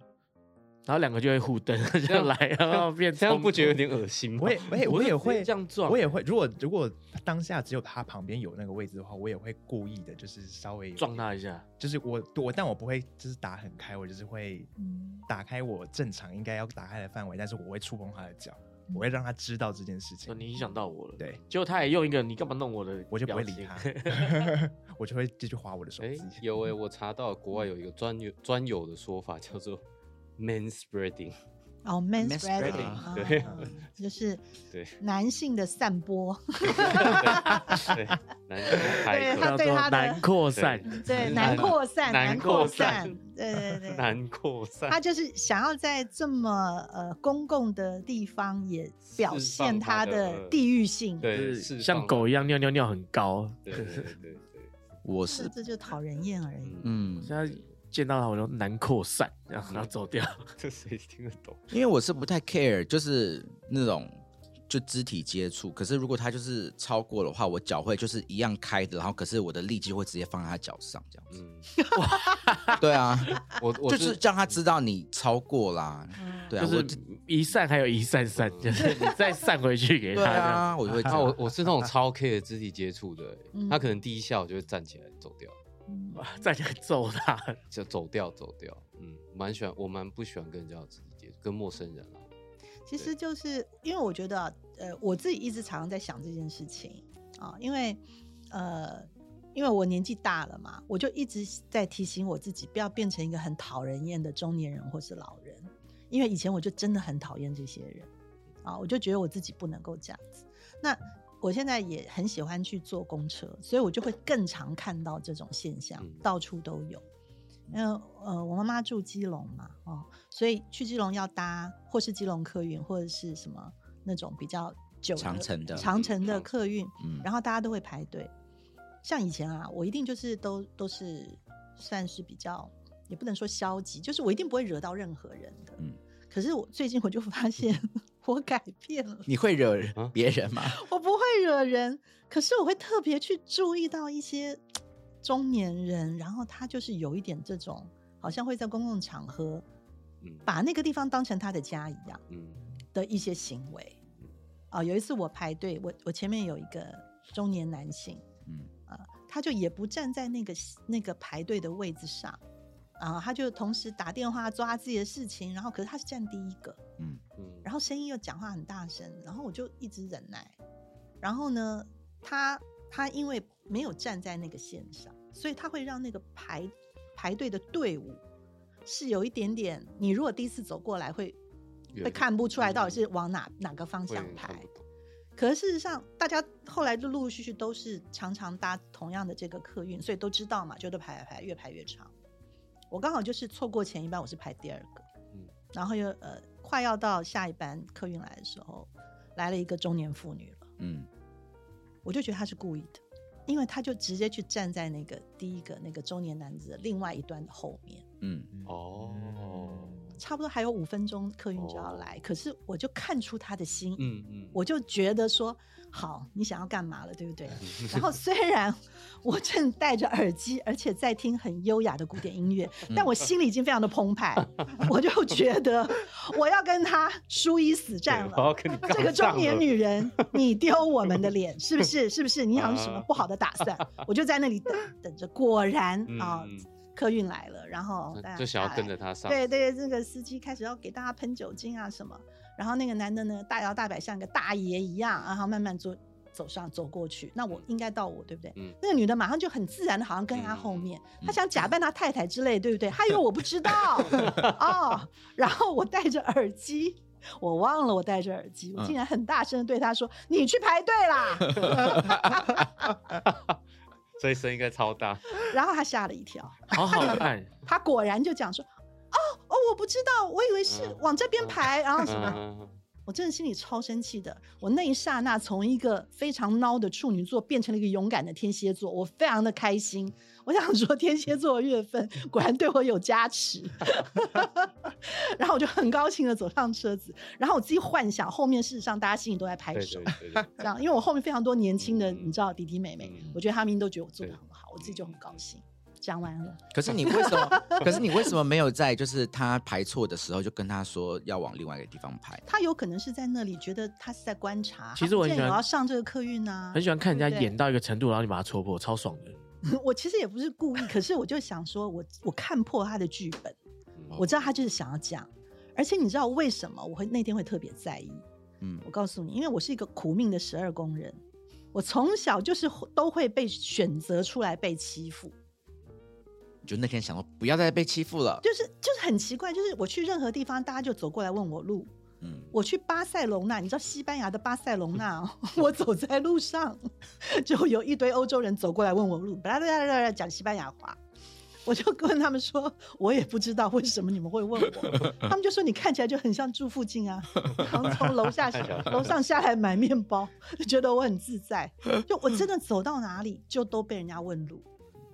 [SPEAKER 2] 然后两个就会互 (laughs) 蹬，这样来，然后 (laughs) 变
[SPEAKER 5] 这样
[SPEAKER 2] 冲突
[SPEAKER 5] 不觉得有点恶心吗？
[SPEAKER 3] 我
[SPEAKER 5] (laughs)
[SPEAKER 3] 也，
[SPEAKER 2] 我
[SPEAKER 3] 我也，哎我
[SPEAKER 2] 是直
[SPEAKER 3] 也
[SPEAKER 2] 接
[SPEAKER 3] 会
[SPEAKER 2] 这样撞
[SPEAKER 3] 我也会。如果如果当下只有他旁边有那个位置的话，我也会故意的，就是稍微有
[SPEAKER 2] 撞
[SPEAKER 3] 点，
[SPEAKER 2] 他一下？
[SPEAKER 3] 就是我我，但我不会就是打很开，我就是会
[SPEAKER 4] 嗯
[SPEAKER 3] 打开我正常应该要打开的范围，但是我会触碰他的脚，我会让他知道这件事
[SPEAKER 2] 说
[SPEAKER 3] 情。
[SPEAKER 2] 你影响到我了，
[SPEAKER 3] 对，
[SPEAKER 2] 结果他也用一个你干嘛弄我的，
[SPEAKER 3] 我就不会理
[SPEAKER 2] (laughs)
[SPEAKER 3] 他。， (laughs) 我就会继续划我的手
[SPEAKER 5] 哎
[SPEAKER 3] 机。，
[SPEAKER 5] 有哎，我查到国外有一个专有专有的说法叫做 “man spreading”， (laughs)
[SPEAKER 4] 哦，man
[SPEAKER 1] Mass spreading，
[SPEAKER 4] spreading，啊
[SPEAKER 5] 对
[SPEAKER 4] 就是
[SPEAKER 5] 对
[SPEAKER 4] 男性的散播，
[SPEAKER 5] 对，男
[SPEAKER 4] 对
[SPEAKER 5] 海
[SPEAKER 2] 叫
[SPEAKER 4] 他
[SPEAKER 5] 客
[SPEAKER 4] 对
[SPEAKER 2] 做
[SPEAKER 4] 他的
[SPEAKER 2] 难扩散，
[SPEAKER 4] 对，难
[SPEAKER 5] 男
[SPEAKER 4] 扩散，
[SPEAKER 5] 男
[SPEAKER 4] 难
[SPEAKER 5] 扩
[SPEAKER 4] 扩
[SPEAKER 5] 散
[SPEAKER 4] 散，对对对，
[SPEAKER 5] 难扩散 (laughs)
[SPEAKER 4] 他，就是想要在这么呃公共的地方也表
[SPEAKER 5] 释放
[SPEAKER 4] 现
[SPEAKER 5] 他
[SPEAKER 4] 他
[SPEAKER 5] 的呃
[SPEAKER 4] 的地域性，
[SPEAKER 5] 对
[SPEAKER 2] 就是
[SPEAKER 5] 释放
[SPEAKER 2] 像
[SPEAKER 5] 了
[SPEAKER 2] 狗一样尿尿尿很高。
[SPEAKER 5] 对对对对
[SPEAKER 2] (laughs)
[SPEAKER 5] 对，
[SPEAKER 1] 我
[SPEAKER 4] 这
[SPEAKER 1] 是
[SPEAKER 4] 这就讨人厌而已。
[SPEAKER 5] 嗯，
[SPEAKER 1] 嗯，
[SPEAKER 2] 现在见到他我就难扩散，然后然后走掉。
[SPEAKER 5] (laughs) 这谁听得
[SPEAKER 2] (laughs)
[SPEAKER 5] 懂？
[SPEAKER 1] 因为我是不太 care，就是那种就肢体接触。可是如果他就是超过的话，我脚会就是一样开的，然后可是我的力气会直接放在他脚上，这样 (laughs) 子。
[SPEAKER 5] 嗯，
[SPEAKER 1] 对 (laughs) 啊，
[SPEAKER 5] 我我
[SPEAKER 1] 就是让他知道你超过啦。
[SPEAKER 4] 嗯
[SPEAKER 1] 对啊，
[SPEAKER 2] 就
[SPEAKER 1] 我
[SPEAKER 2] 是一散还有一散散，就是你再散回去给他
[SPEAKER 1] 对
[SPEAKER 2] 这样。
[SPEAKER 1] 啊，我就会这
[SPEAKER 5] 啊，
[SPEAKER 1] 样
[SPEAKER 5] 我我是那
[SPEAKER 2] (laughs)
[SPEAKER 5] 种超 care 肢体接触的欸、
[SPEAKER 4] 嗯
[SPEAKER 5] 他可能第一下我就会站起来走掉，
[SPEAKER 4] 嗯
[SPEAKER 2] 哇站起来揍他，
[SPEAKER 5] 就走掉走掉。嗯，蛮喜欢，我蛮不喜欢跟人家有肢体接触，跟陌生人啊。
[SPEAKER 4] 其实就是因为我觉得，呃，我自己一直常常在想这件事情啊，因为呃，因为我年纪大了嘛，我就一直在提醒我自己，不要变成一个很讨人厌的中年人或是老人，因为以前我就真的很讨厌这些人啊，我就觉得我自己不能够这样子。那我现在也很喜欢去坐公车，所以我就会更常看到这种现象
[SPEAKER 5] 嗯，
[SPEAKER 4] 到处都有。因为呃，我妈妈住基隆嘛，哦，所以去基隆要搭或是基隆客运或者是什么那种比较久的
[SPEAKER 1] 长程的
[SPEAKER 4] 长程
[SPEAKER 5] 长
[SPEAKER 4] 的
[SPEAKER 5] 程
[SPEAKER 4] 客运，
[SPEAKER 1] 嗯
[SPEAKER 4] 然后大家都会排队。像以前啊，我一定就是都都是算是比较，也不能说消极，就是我一定不会惹到任何人的。
[SPEAKER 1] 嗯
[SPEAKER 4] 可是我最近我就发现 (laughs) 我改变了，
[SPEAKER 1] 你会惹
[SPEAKER 5] 啊
[SPEAKER 1] 别人吗？
[SPEAKER 4] 我不会惹人，可是我会特别去注意到一些中年人，然后他就是有一点这种，好像会在公共场合
[SPEAKER 5] 嗯
[SPEAKER 4] 把那个地方当成他的家一样。
[SPEAKER 5] 嗯
[SPEAKER 4] 的一些行为。啊、有一次我排队，我我前面有一个中年男性，
[SPEAKER 1] 嗯，
[SPEAKER 4] 他就也不站在那个那个排队的位置上，啊、他就同时打电话做他自己的事情，然后可是他是占第一个，
[SPEAKER 1] 嗯，
[SPEAKER 5] 嗯，
[SPEAKER 4] 然后声音又讲话很大声，然后我就一直忍耐。然后呢，他他因为没有站在那个线上，所以他会让那个排排队的队伍是有一点点，你如果第一次走过来会
[SPEAKER 5] 有
[SPEAKER 4] 会
[SPEAKER 5] 点
[SPEAKER 4] 看不出来到底
[SPEAKER 5] 嗯
[SPEAKER 4] 是往哪、哪个方
[SPEAKER 5] 会
[SPEAKER 4] 向
[SPEAKER 5] 看
[SPEAKER 4] 排
[SPEAKER 5] 不。懂
[SPEAKER 4] 可是事实上，大家后来就陆陆续续都是常常搭同样的这个客运，所以都知道嘛，就都排排排，越排越长。我刚好就是错过前一班，我是排第二个，
[SPEAKER 5] 嗯
[SPEAKER 4] 然后又呃快要到下一班客运来的时候，来了一个中年妇女了，
[SPEAKER 1] 嗯，
[SPEAKER 4] 我就觉得她是故意的，因为她就直接去站在那个第一个那个中年男子的另外一端的后面，
[SPEAKER 1] 嗯，
[SPEAKER 5] 哦，
[SPEAKER 4] 差不多还有五分钟客运就要
[SPEAKER 5] 哦
[SPEAKER 4] 来，可是我就看出她的心意，
[SPEAKER 5] 嗯嗯，
[SPEAKER 4] 我就觉得说，好，你想要干嘛了，对不对？
[SPEAKER 5] 嗯
[SPEAKER 4] 然后虽然我正戴着耳机，而且在听很优雅的古典音乐，
[SPEAKER 5] 嗯
[SPEAKER 4] 但我心里已经非常的澎
[SPEAKER 5] (laughs)
[SPEAKER 4] 湃，我就觉得我要跟他殊一死战
[SPEAKER 5] 对我要
[SPEAKER 4] 了。
[SPEAKER 5] 跟你
[SPEAKER 4] 这个
[SPEAKER 5] 杠上
[SPEAKER 4] 中年
[SPEAKER 5] 了
[SPEAKER 4] 女人，你丢我们的脸，是不是？是不是？你好像有什么
[SPEAKER 5] 啊
[SPEAKER 4] 不好的打算？我就在那里等等着，果然啊
[SPEAKER 5] (laughs) 嗯，
[SPEAKER 4] 客运来了，然后
[SPEAKER 5] 那
[SPEAKER 4] 大家
[SPEAKER 5] 就想
[SPEAKER 4] 下
[SPEAKER 5] 要跟
[SPEAKER 4] 来
[SPEAKER 5] 着他上，
[SPEAKER 4] 对对，这个司机开始要给大家喷酒精啊什么，然后那个男的呢大摇大摆像个大爷一样，然后慢慢走走上走过去。那我应该到我对不对？
[SPEAKER 5] 嗯
[SPEAKER 4] 那个女的马上就很自然的，好像跟他后面，她想假扮她太太之类，对不对？她以为我不知道
[SPEAKER 5] (laughs)
[SPEAKER 4] 哦，然后我戴着耳机。我忘了我戴着耳机，
[SPEAKER 5] 嗯
[SPEAKER 4] 我竟然很大声的对她说：“你去排队
[SPEAKER 5] (laughs)
[SPEAKER 4] 啦！”
[SPEAKER 5] 所以声应该超大，
[SPEAKER 4] 然后她吓了一跳，
[SPEAKER 2] 好好看，
[SPEAKER 4] 她果然就讲说：“哦哦，我不知道，我以为是
[SPEAKER 5] 嗯
[SPEAKER 4] 往这边
[SPEAKER 5] 嗯
[SPEAKER 4] 排，然后什么。”
[SPEAKER 5] 嗯，
[SPEAKER 4] 我真的心里超生气的。我那一刹那从一个非常孬的处女座变成了一个勇敢的天蝎座，我非常的开心。我想说，天蝎座的月份果然对我有加持。 (laughs) 然后我就很高兴的走上车子，然后我自己幻想后面事实上大家心里都在拍
[SPEAKER 5] 对
[SPEAKER 4] 手
[SPEAKER 5] 对，对对，
[SPEAKER 4] (laughs) 这样，因为我后面非常多年轻的，
[SPEAKER 5] 嗯
[SPEAKER 4] 你知道弟弟妹妹，
[SPEAKER 5] 嗯
[SPEAKER 4] 我觉得他们都觉得我做的
[SPEAKER 5] 对
[SPEAKER 4] 很好，我自己就很高兴。讲完了，
[SPEAKER 1] 可是你为什 (laughs) 么？可是你为什么没有在就是他排错的时候就跟他说要往另外一个地方排？
[SPEAKER 4] 他有可能是在那里觉得他是在观察，
[SPEAKER 2] 其实我很
[SPEAKER 4] 他不见得
[SPEAKER 2] 喜欢
[SPEAKER 4] 有要上这个客运啊，
[SPEAKER 2] 很喜欢看人
[SPEAKER 4] 对
[SPEAKER 2] 家
[SPEAKER 4] 不对
[SPEAKER 2] 演到一个程度，然后你把它戳破，超爽的。
[SPEAKER 4] (laughs) 我其实也不是故意，可是我就想说我，我看破他的剧本，
[SPEAKER 5] 嗯
[SPEAKER 4] 我知道他就是想要这样。而且你知道为什么我会那天会特别在意？
[SPEAKER 1] 嗯
[SPEAKER 4] 我告诉你，因为我是一个苦命的十二宫人，我从小就是都会被选择出来被欺负，
[SPEAKER 1] 就那天想说不要再被欺负了。
[SPEAKER 4] 就是就是很奇怪，就是我去任何地方，大家就走过来问我路。
[SPEAKER 1] 嗯，
[SPEAKER 4] 我去巴塞隆纳，你知道西班牙的巴塞隆纳、哦，我走在路上， (laughs) 就有一堆欧洲人走过来问我路，巴拉巴拉巴拉巴拉讲西班牙话，我就跟他们说，我也不知道为什么你们会问我，他们就说你看起来就很像住附近啊，然后从楼下
[SPEAKER 5] 看起来
[SPEAKER 4] 楼上下来买面包，就觉得我很自在，就我真的走到哪里就都被人家问路，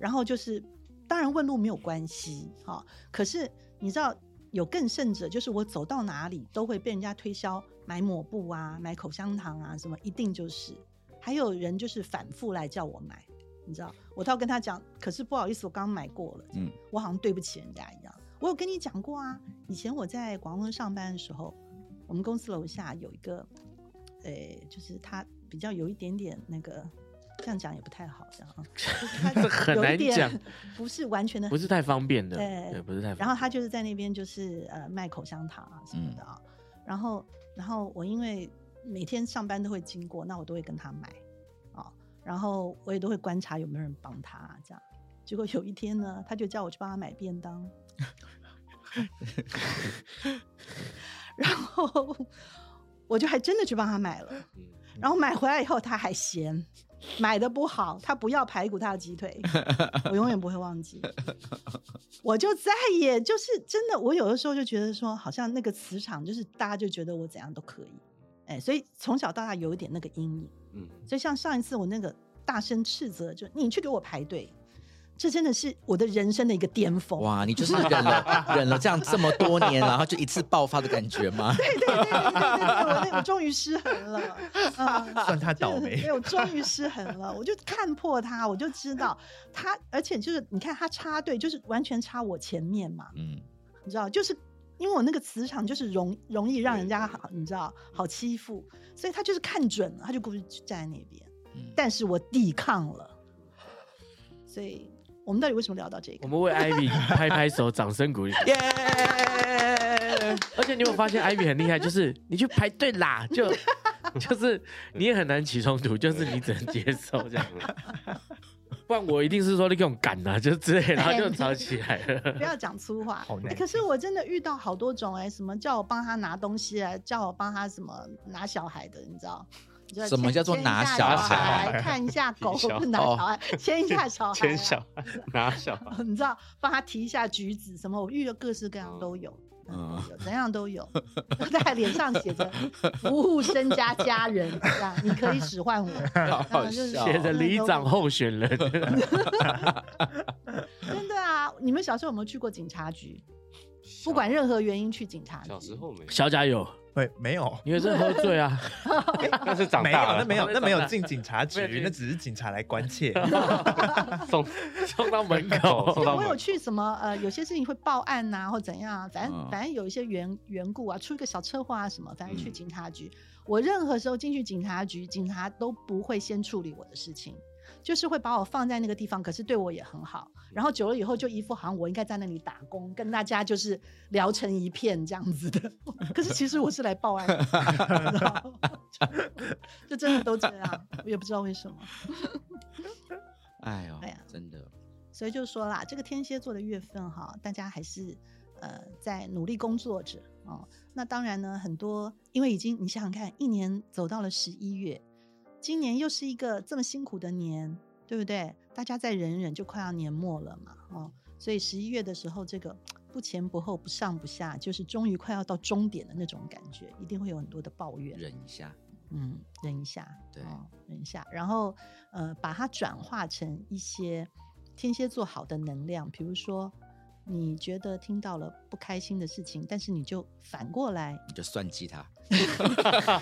[SPEAKER 4] 然后就是当然问路没有关系哈、可是你知道，有更甚者，就是我走到哪里都会被人家推销买抹布啊、买口香糖啊，什么一定就是。还有人就是反复来叫我买，你知道，我倒跟他讲，可是不好意思，我刚买过了，
[SPEAKER 1] 嗯
[SPEAKER 4] 我好像对不起人家一样。我有跟你讲过啊，以前我在广东上班的时候，我们公司楼下有一个，呃，就是他比较有一点点那个。这样讲也不太好，这样啊，就是他
[SPEAKER 2] 这 (laughs) 很
[SPEAKER 4] 有一
[SPEAKER 2] 难
[SPEAKER 4] 点
[SPEAKER 2] 讲，
[SPEAKER 4] 不是完全的，
[SPEAKER 2] 不是太方便的，
[SPEAKER 4] 对
[SPEAKER 2] 对，不是太方便。
[SPEAKER 4] 然后他就是在那边就是呃卖口香糖啊什么的
[SPEAKER 2] 嗯
[SPEAKER 4] 啊、然后然后我因为每天上班都会经过，那我都会跟他买啊、然后我也都会观察有没有人帮他、啊这样。结果有一天呢，他就叫我去帮他买
[SPEAKER 2] (laughs)
[SPEAKER 4] 便当，然后我就还真的去帮他买了。
[SPEAKER 5] 嗯
[SPEAKER 4] 然后买回来以后他还嫌买的不好，他不要排骨，他要
[SPEAKER 2] (laughs)
[SPEAKER 4] 鸡腿，我永远不会忘记。我就再也就是真的，我有的时候就觉得说，好像那个磁场就是大家就觉得我怎样都可以，哎，所以从小到大有一点那个阴影。
[SPEAKER 5] 嗯，
[SPEAKER 4] 所以像上一次我那个大声斥责，就你去给我排队，这真的是我的人生的一个巅峰。
[SPEAKER 1] 哇，你就是忍 (laughs) 了忍了这样这么多年，然后就一次爆发的感觉吗？ (laughs)
[SPEAKER 4] 对对对对对对对，我我终于失衡
[SPEAKER 3] (laughs)
[SPEAKER 4] 了，嗯，
[SPEAKER 3] 算他
[SPEAKER 4] 就
[SPEAKER 3] 倒
[SPEAKER 4] 是 (laughs)
[SPEAKER 3] 霉
[SPEAKER 4] 对，我终
[SPEAKER 3] (laughs)
[SPEAKER 4] 于失衡了，我就看破他，我就知道他，而且就是你看他插队，就是完全插我前面嘛，
[SPEAKER 1] 嗯，
[SPEAKER 4] 你知道，就是因为我那个磁场就是容容易让人家
[SPEAKER 5] 对对
[SPEAKER 4] 好，你知道好欺负，所以他就是看准了，他就故意站在那边
[SPEAKER 1] 嗯，
[SPEAKER 4] 但是我抵抗了，所以我们到底为什么聊到这
[SPEAKER 2] 我
[SPEAKER 4] 个？
[SPEAKER 2] 们为
[SPEAKER 4] (laughs)
[SPEAKER 2] Ivy 拍拍手，掌声鼓励。
[SPEAKER 1] 耶、
[SPEAKER 2] 而且你有没有发现 Ivy 很厉害，就是你去排队啦，就就是你也很难起冲突，就是你只能接受这样。不然我一定是说你给我赶啊，就之类，然后就吵起来
[SPEAKER 4] 不
[SPEAKER 2] 了。
[SPEAKER 4] 要讲粗话。
[SPEAKER 3] 好难
[SPEAKER 4] 欸可是我真的遇到好多种哎、什么叫我帮他拿东西啊，叫我帮他什么拿小孩的，你知道？就要
[SPEAKER 1] 什么
[SPEAKER 4] 牵
[SPEAKER 1] 叫做
[SPEAKER 4] 牵一
[SPEAKER 1] 拿
[SPEAKER 4] 下
[SPEAKER 1] 小
[SPEAKER 5] 孩
[SPEAKER 4] 看一下狗，
[SPEAKER 5] 小
[SPEAKER 4] 拿
[SPEAKER 1] 哦
[SPEAKER 4] 小孩，牵一下小孩啊，
[SPEAKER 5] (laughs) 牵小孩，拿小孩，
[SPEAKER 4] (laughs) 你知道，帮他提一下橘子什么，我遇到各式各样都有。嗯
[SPEAKER 1] 嗯
[SPEAKER 4] 都有怎样都有， (laughs) 他还脸上写着“服务身家家人”，这样你可以使唤
[SPEAKER 5] (laughs)
[SPEAKER 4] 我，
[SPEAKER 1] 好
[SPEAKER 4] 然
[SPEAKER 1] 好
[SPEAKER 4] 后就是
[SPEAKER 1] 笑
[SPEAKER 2] 写
[SPEAKER 1] 哦
[SPEAKER 2] 着里长候选人，
[SPEAKER 4] 哦真的啊！你们小时候有没有去过警察局？不管任何原因去警察局。
[SPEAKER 5] 小时候没
[SPEAKER 2] (laughs)
[SPEAKER 5] 有，
[SPEAKER 2] 小甲有，
[SPEAKER 3] 没没有，
[SPEAKER 2] 你也是喝醉
[SPEAKER 4] (laughs)
[SPEAKER 2] 啊？
[SPEAKER 5] 但是长
[SPEAKER 3] 没有，
[SPEAKER 5] 大
[SPEAKER 3] 那
[SPEAKER 5] 了，
[SPEAKER 3] 没有，那没有进警察
[SPEAKER 2] 没有
[SPEAKER 3] 局
[SPEAKER 2] 进，
[SPEAKER 3] 那只是警察来关
[SPEAKER 5] (laughs)
[SPEAKER 3] 切。
[SPEAKER 5] 送
[SPEAKER 2] 送到门
[SPEAKER 5] 哦
[SPEAKER 2] 口
[SPEAKER 5] 送，到
[SPEAKER 4] 我有
[SPEAKER 5] 门，
[SPEAKER 4] 去什么呃，有些事情会报案呐、或怎样啊、反正、
[SPEAKER 1] 嗯
[SPEAKER 4] 反正有一些缘缘故啊，出一个小车祸啊什么，反正去
[SPEAKER 1] 嗯
[SPEAKER 4] 警察局。我任何时候进去警察局，警察都不会先处理我的事情，就是会把我放在那个地方，可是对我也很好。然后久了以后，就一副好像我应该在那里打工，跟大家就是聊成一片这样子的。可是其实我是来报案的，你知道吗 (laughs) 就就真的都这样，我也不知道为什么。
[SPEAKER 1] 哎呦
[SPEAKER 4] 哎呀，
[SPEAKER 1] 真的，
[SPEAKER 4] 所以就说啦，这个天蝎座的月份哈，大家还是呃在努力工作着哦。那当然呢，很多因为已经你想想看，一年走到了十一月，今年又是一个这么辛苦的年，对不对？大家再忍忍，就快要年末了嘛，哦。所以十一月的时候，这个不前不后、不上不下，就是终于快要到终点的那种感觉，一定会有很多的抱怨。
[SPEAKER 1] 忍一下，
[SPEAKER 4] 嗯，忍一下，
[SPEAKER 1] 对
[SPEAKER 4] 哦忍一下，然后呃，把它转化成一些天蝎座好的能量，比如说你觉得听到了不开心的事情，但是你就反过来，
[SPEAKER 1] 你就算计他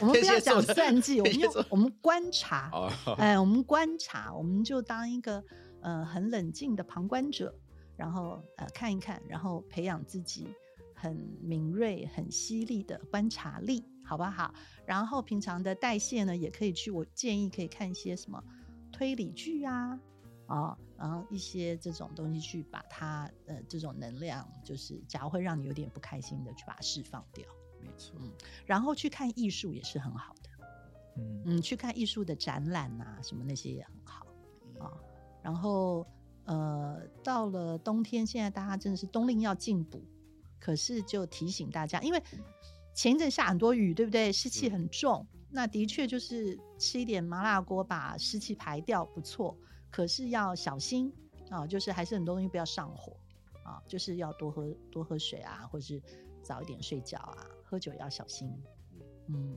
[SPEAKER 4] 我们不
[SPEAKER 1] 天
[SPEAKER 4] 要
[SPEAKER 1] 蝎座
[SPEAKER 4] 讲
[SPEAKER 1] 的
[SPEAKER 4] 算计，我们
[SPEAKER 1] 天蝎
[SPEAKER 4] 用
[SPEAKER 1] 座
[SPEAKER 4] 我们观察，
[SPEAKER 1] 哦。
[SPEAKER 4] 哎，我们观察，我们就当一个呃很冷静的旁观者，然后呃看一看，然后培养自己很敏锐、很犀利的观察力，好不好？然后平常的代谢呢，也可以去，我建议可以看一些什么推理剧啊。啊、然后一些这种东西去把它呃这种能量，就是假如会让你有点不开心的，去把它释放掉，
[SPEAKER 1] 没错，
[SPEAKER 4] 然后去看艺术也是很好的。
[SPEAKER 5] (laughs)
[SPEAKER 3] 嗯，
[SPEAKER 4] 嗯，去看艺术的展览啊，什么那些也很好啊、然后呃，到了冬天，现在大家真的是冬令要进补，可是就提醒大家，因为前一阵下很多雨，对不对？湿气
[SPEAKER 5] 嗯
[SPEAKER 4] 很重，那的确就是吃一点麻辣锅把湿气排掉，不错。可是要小心啊、就是还是很多东西不要上火啊、就是要多喝多喝水啊，或是早一点睡觉啊，喝酒也要小心。嗯，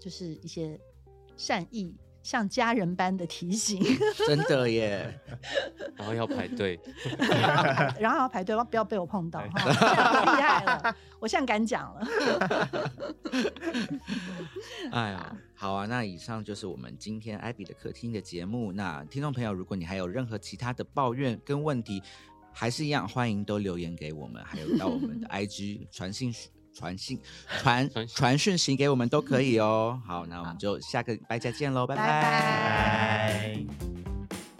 [SPEAKER 4] 就是一些善意，像家人般的提醒，
[SPEAKER 1] 真的耶，
[SPEAKER 5] 然后要排队，
[SPEAKER 4] 然后要排队，不要被我碰到哈，这样厉害了，我现在敢讲了。
[SPEAKER 1] (laughs) 哎呀，好啊，那以上就是我们今天艾比的客厅的节目。那听众朋友，如果你还有任何其他的抱怨跟问题，还是一样欢迎都留言给我们，还有到我 (laughs) 们的 IG 传信传信传
[SPEAKER 5] 传信
[SPEAKER 1] 传讯息给我们都可以 (laughs) 哦。好，那我们就下个礼拜再见喽，拜
[SPEAKER 4] 拜拜
[SPEAKER 3] 拜。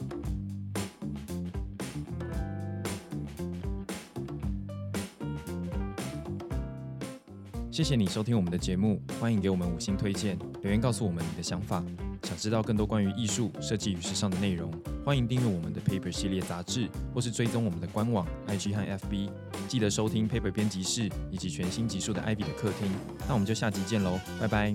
[SPEAKER 6] 谢谢你收听我们的节目，欢迎给我们五星推荐，留言告诉我们你的想法。想知道更多关于艺术、设计与时尚的内容，欢迎订阅我们的 Paper 系列杂志，或是追踪我们的官网、IG 和 FB。记得收听 Paper 编辑室以及全新集数的《艾比的客厅》。那我们就下集见喽，拜拜。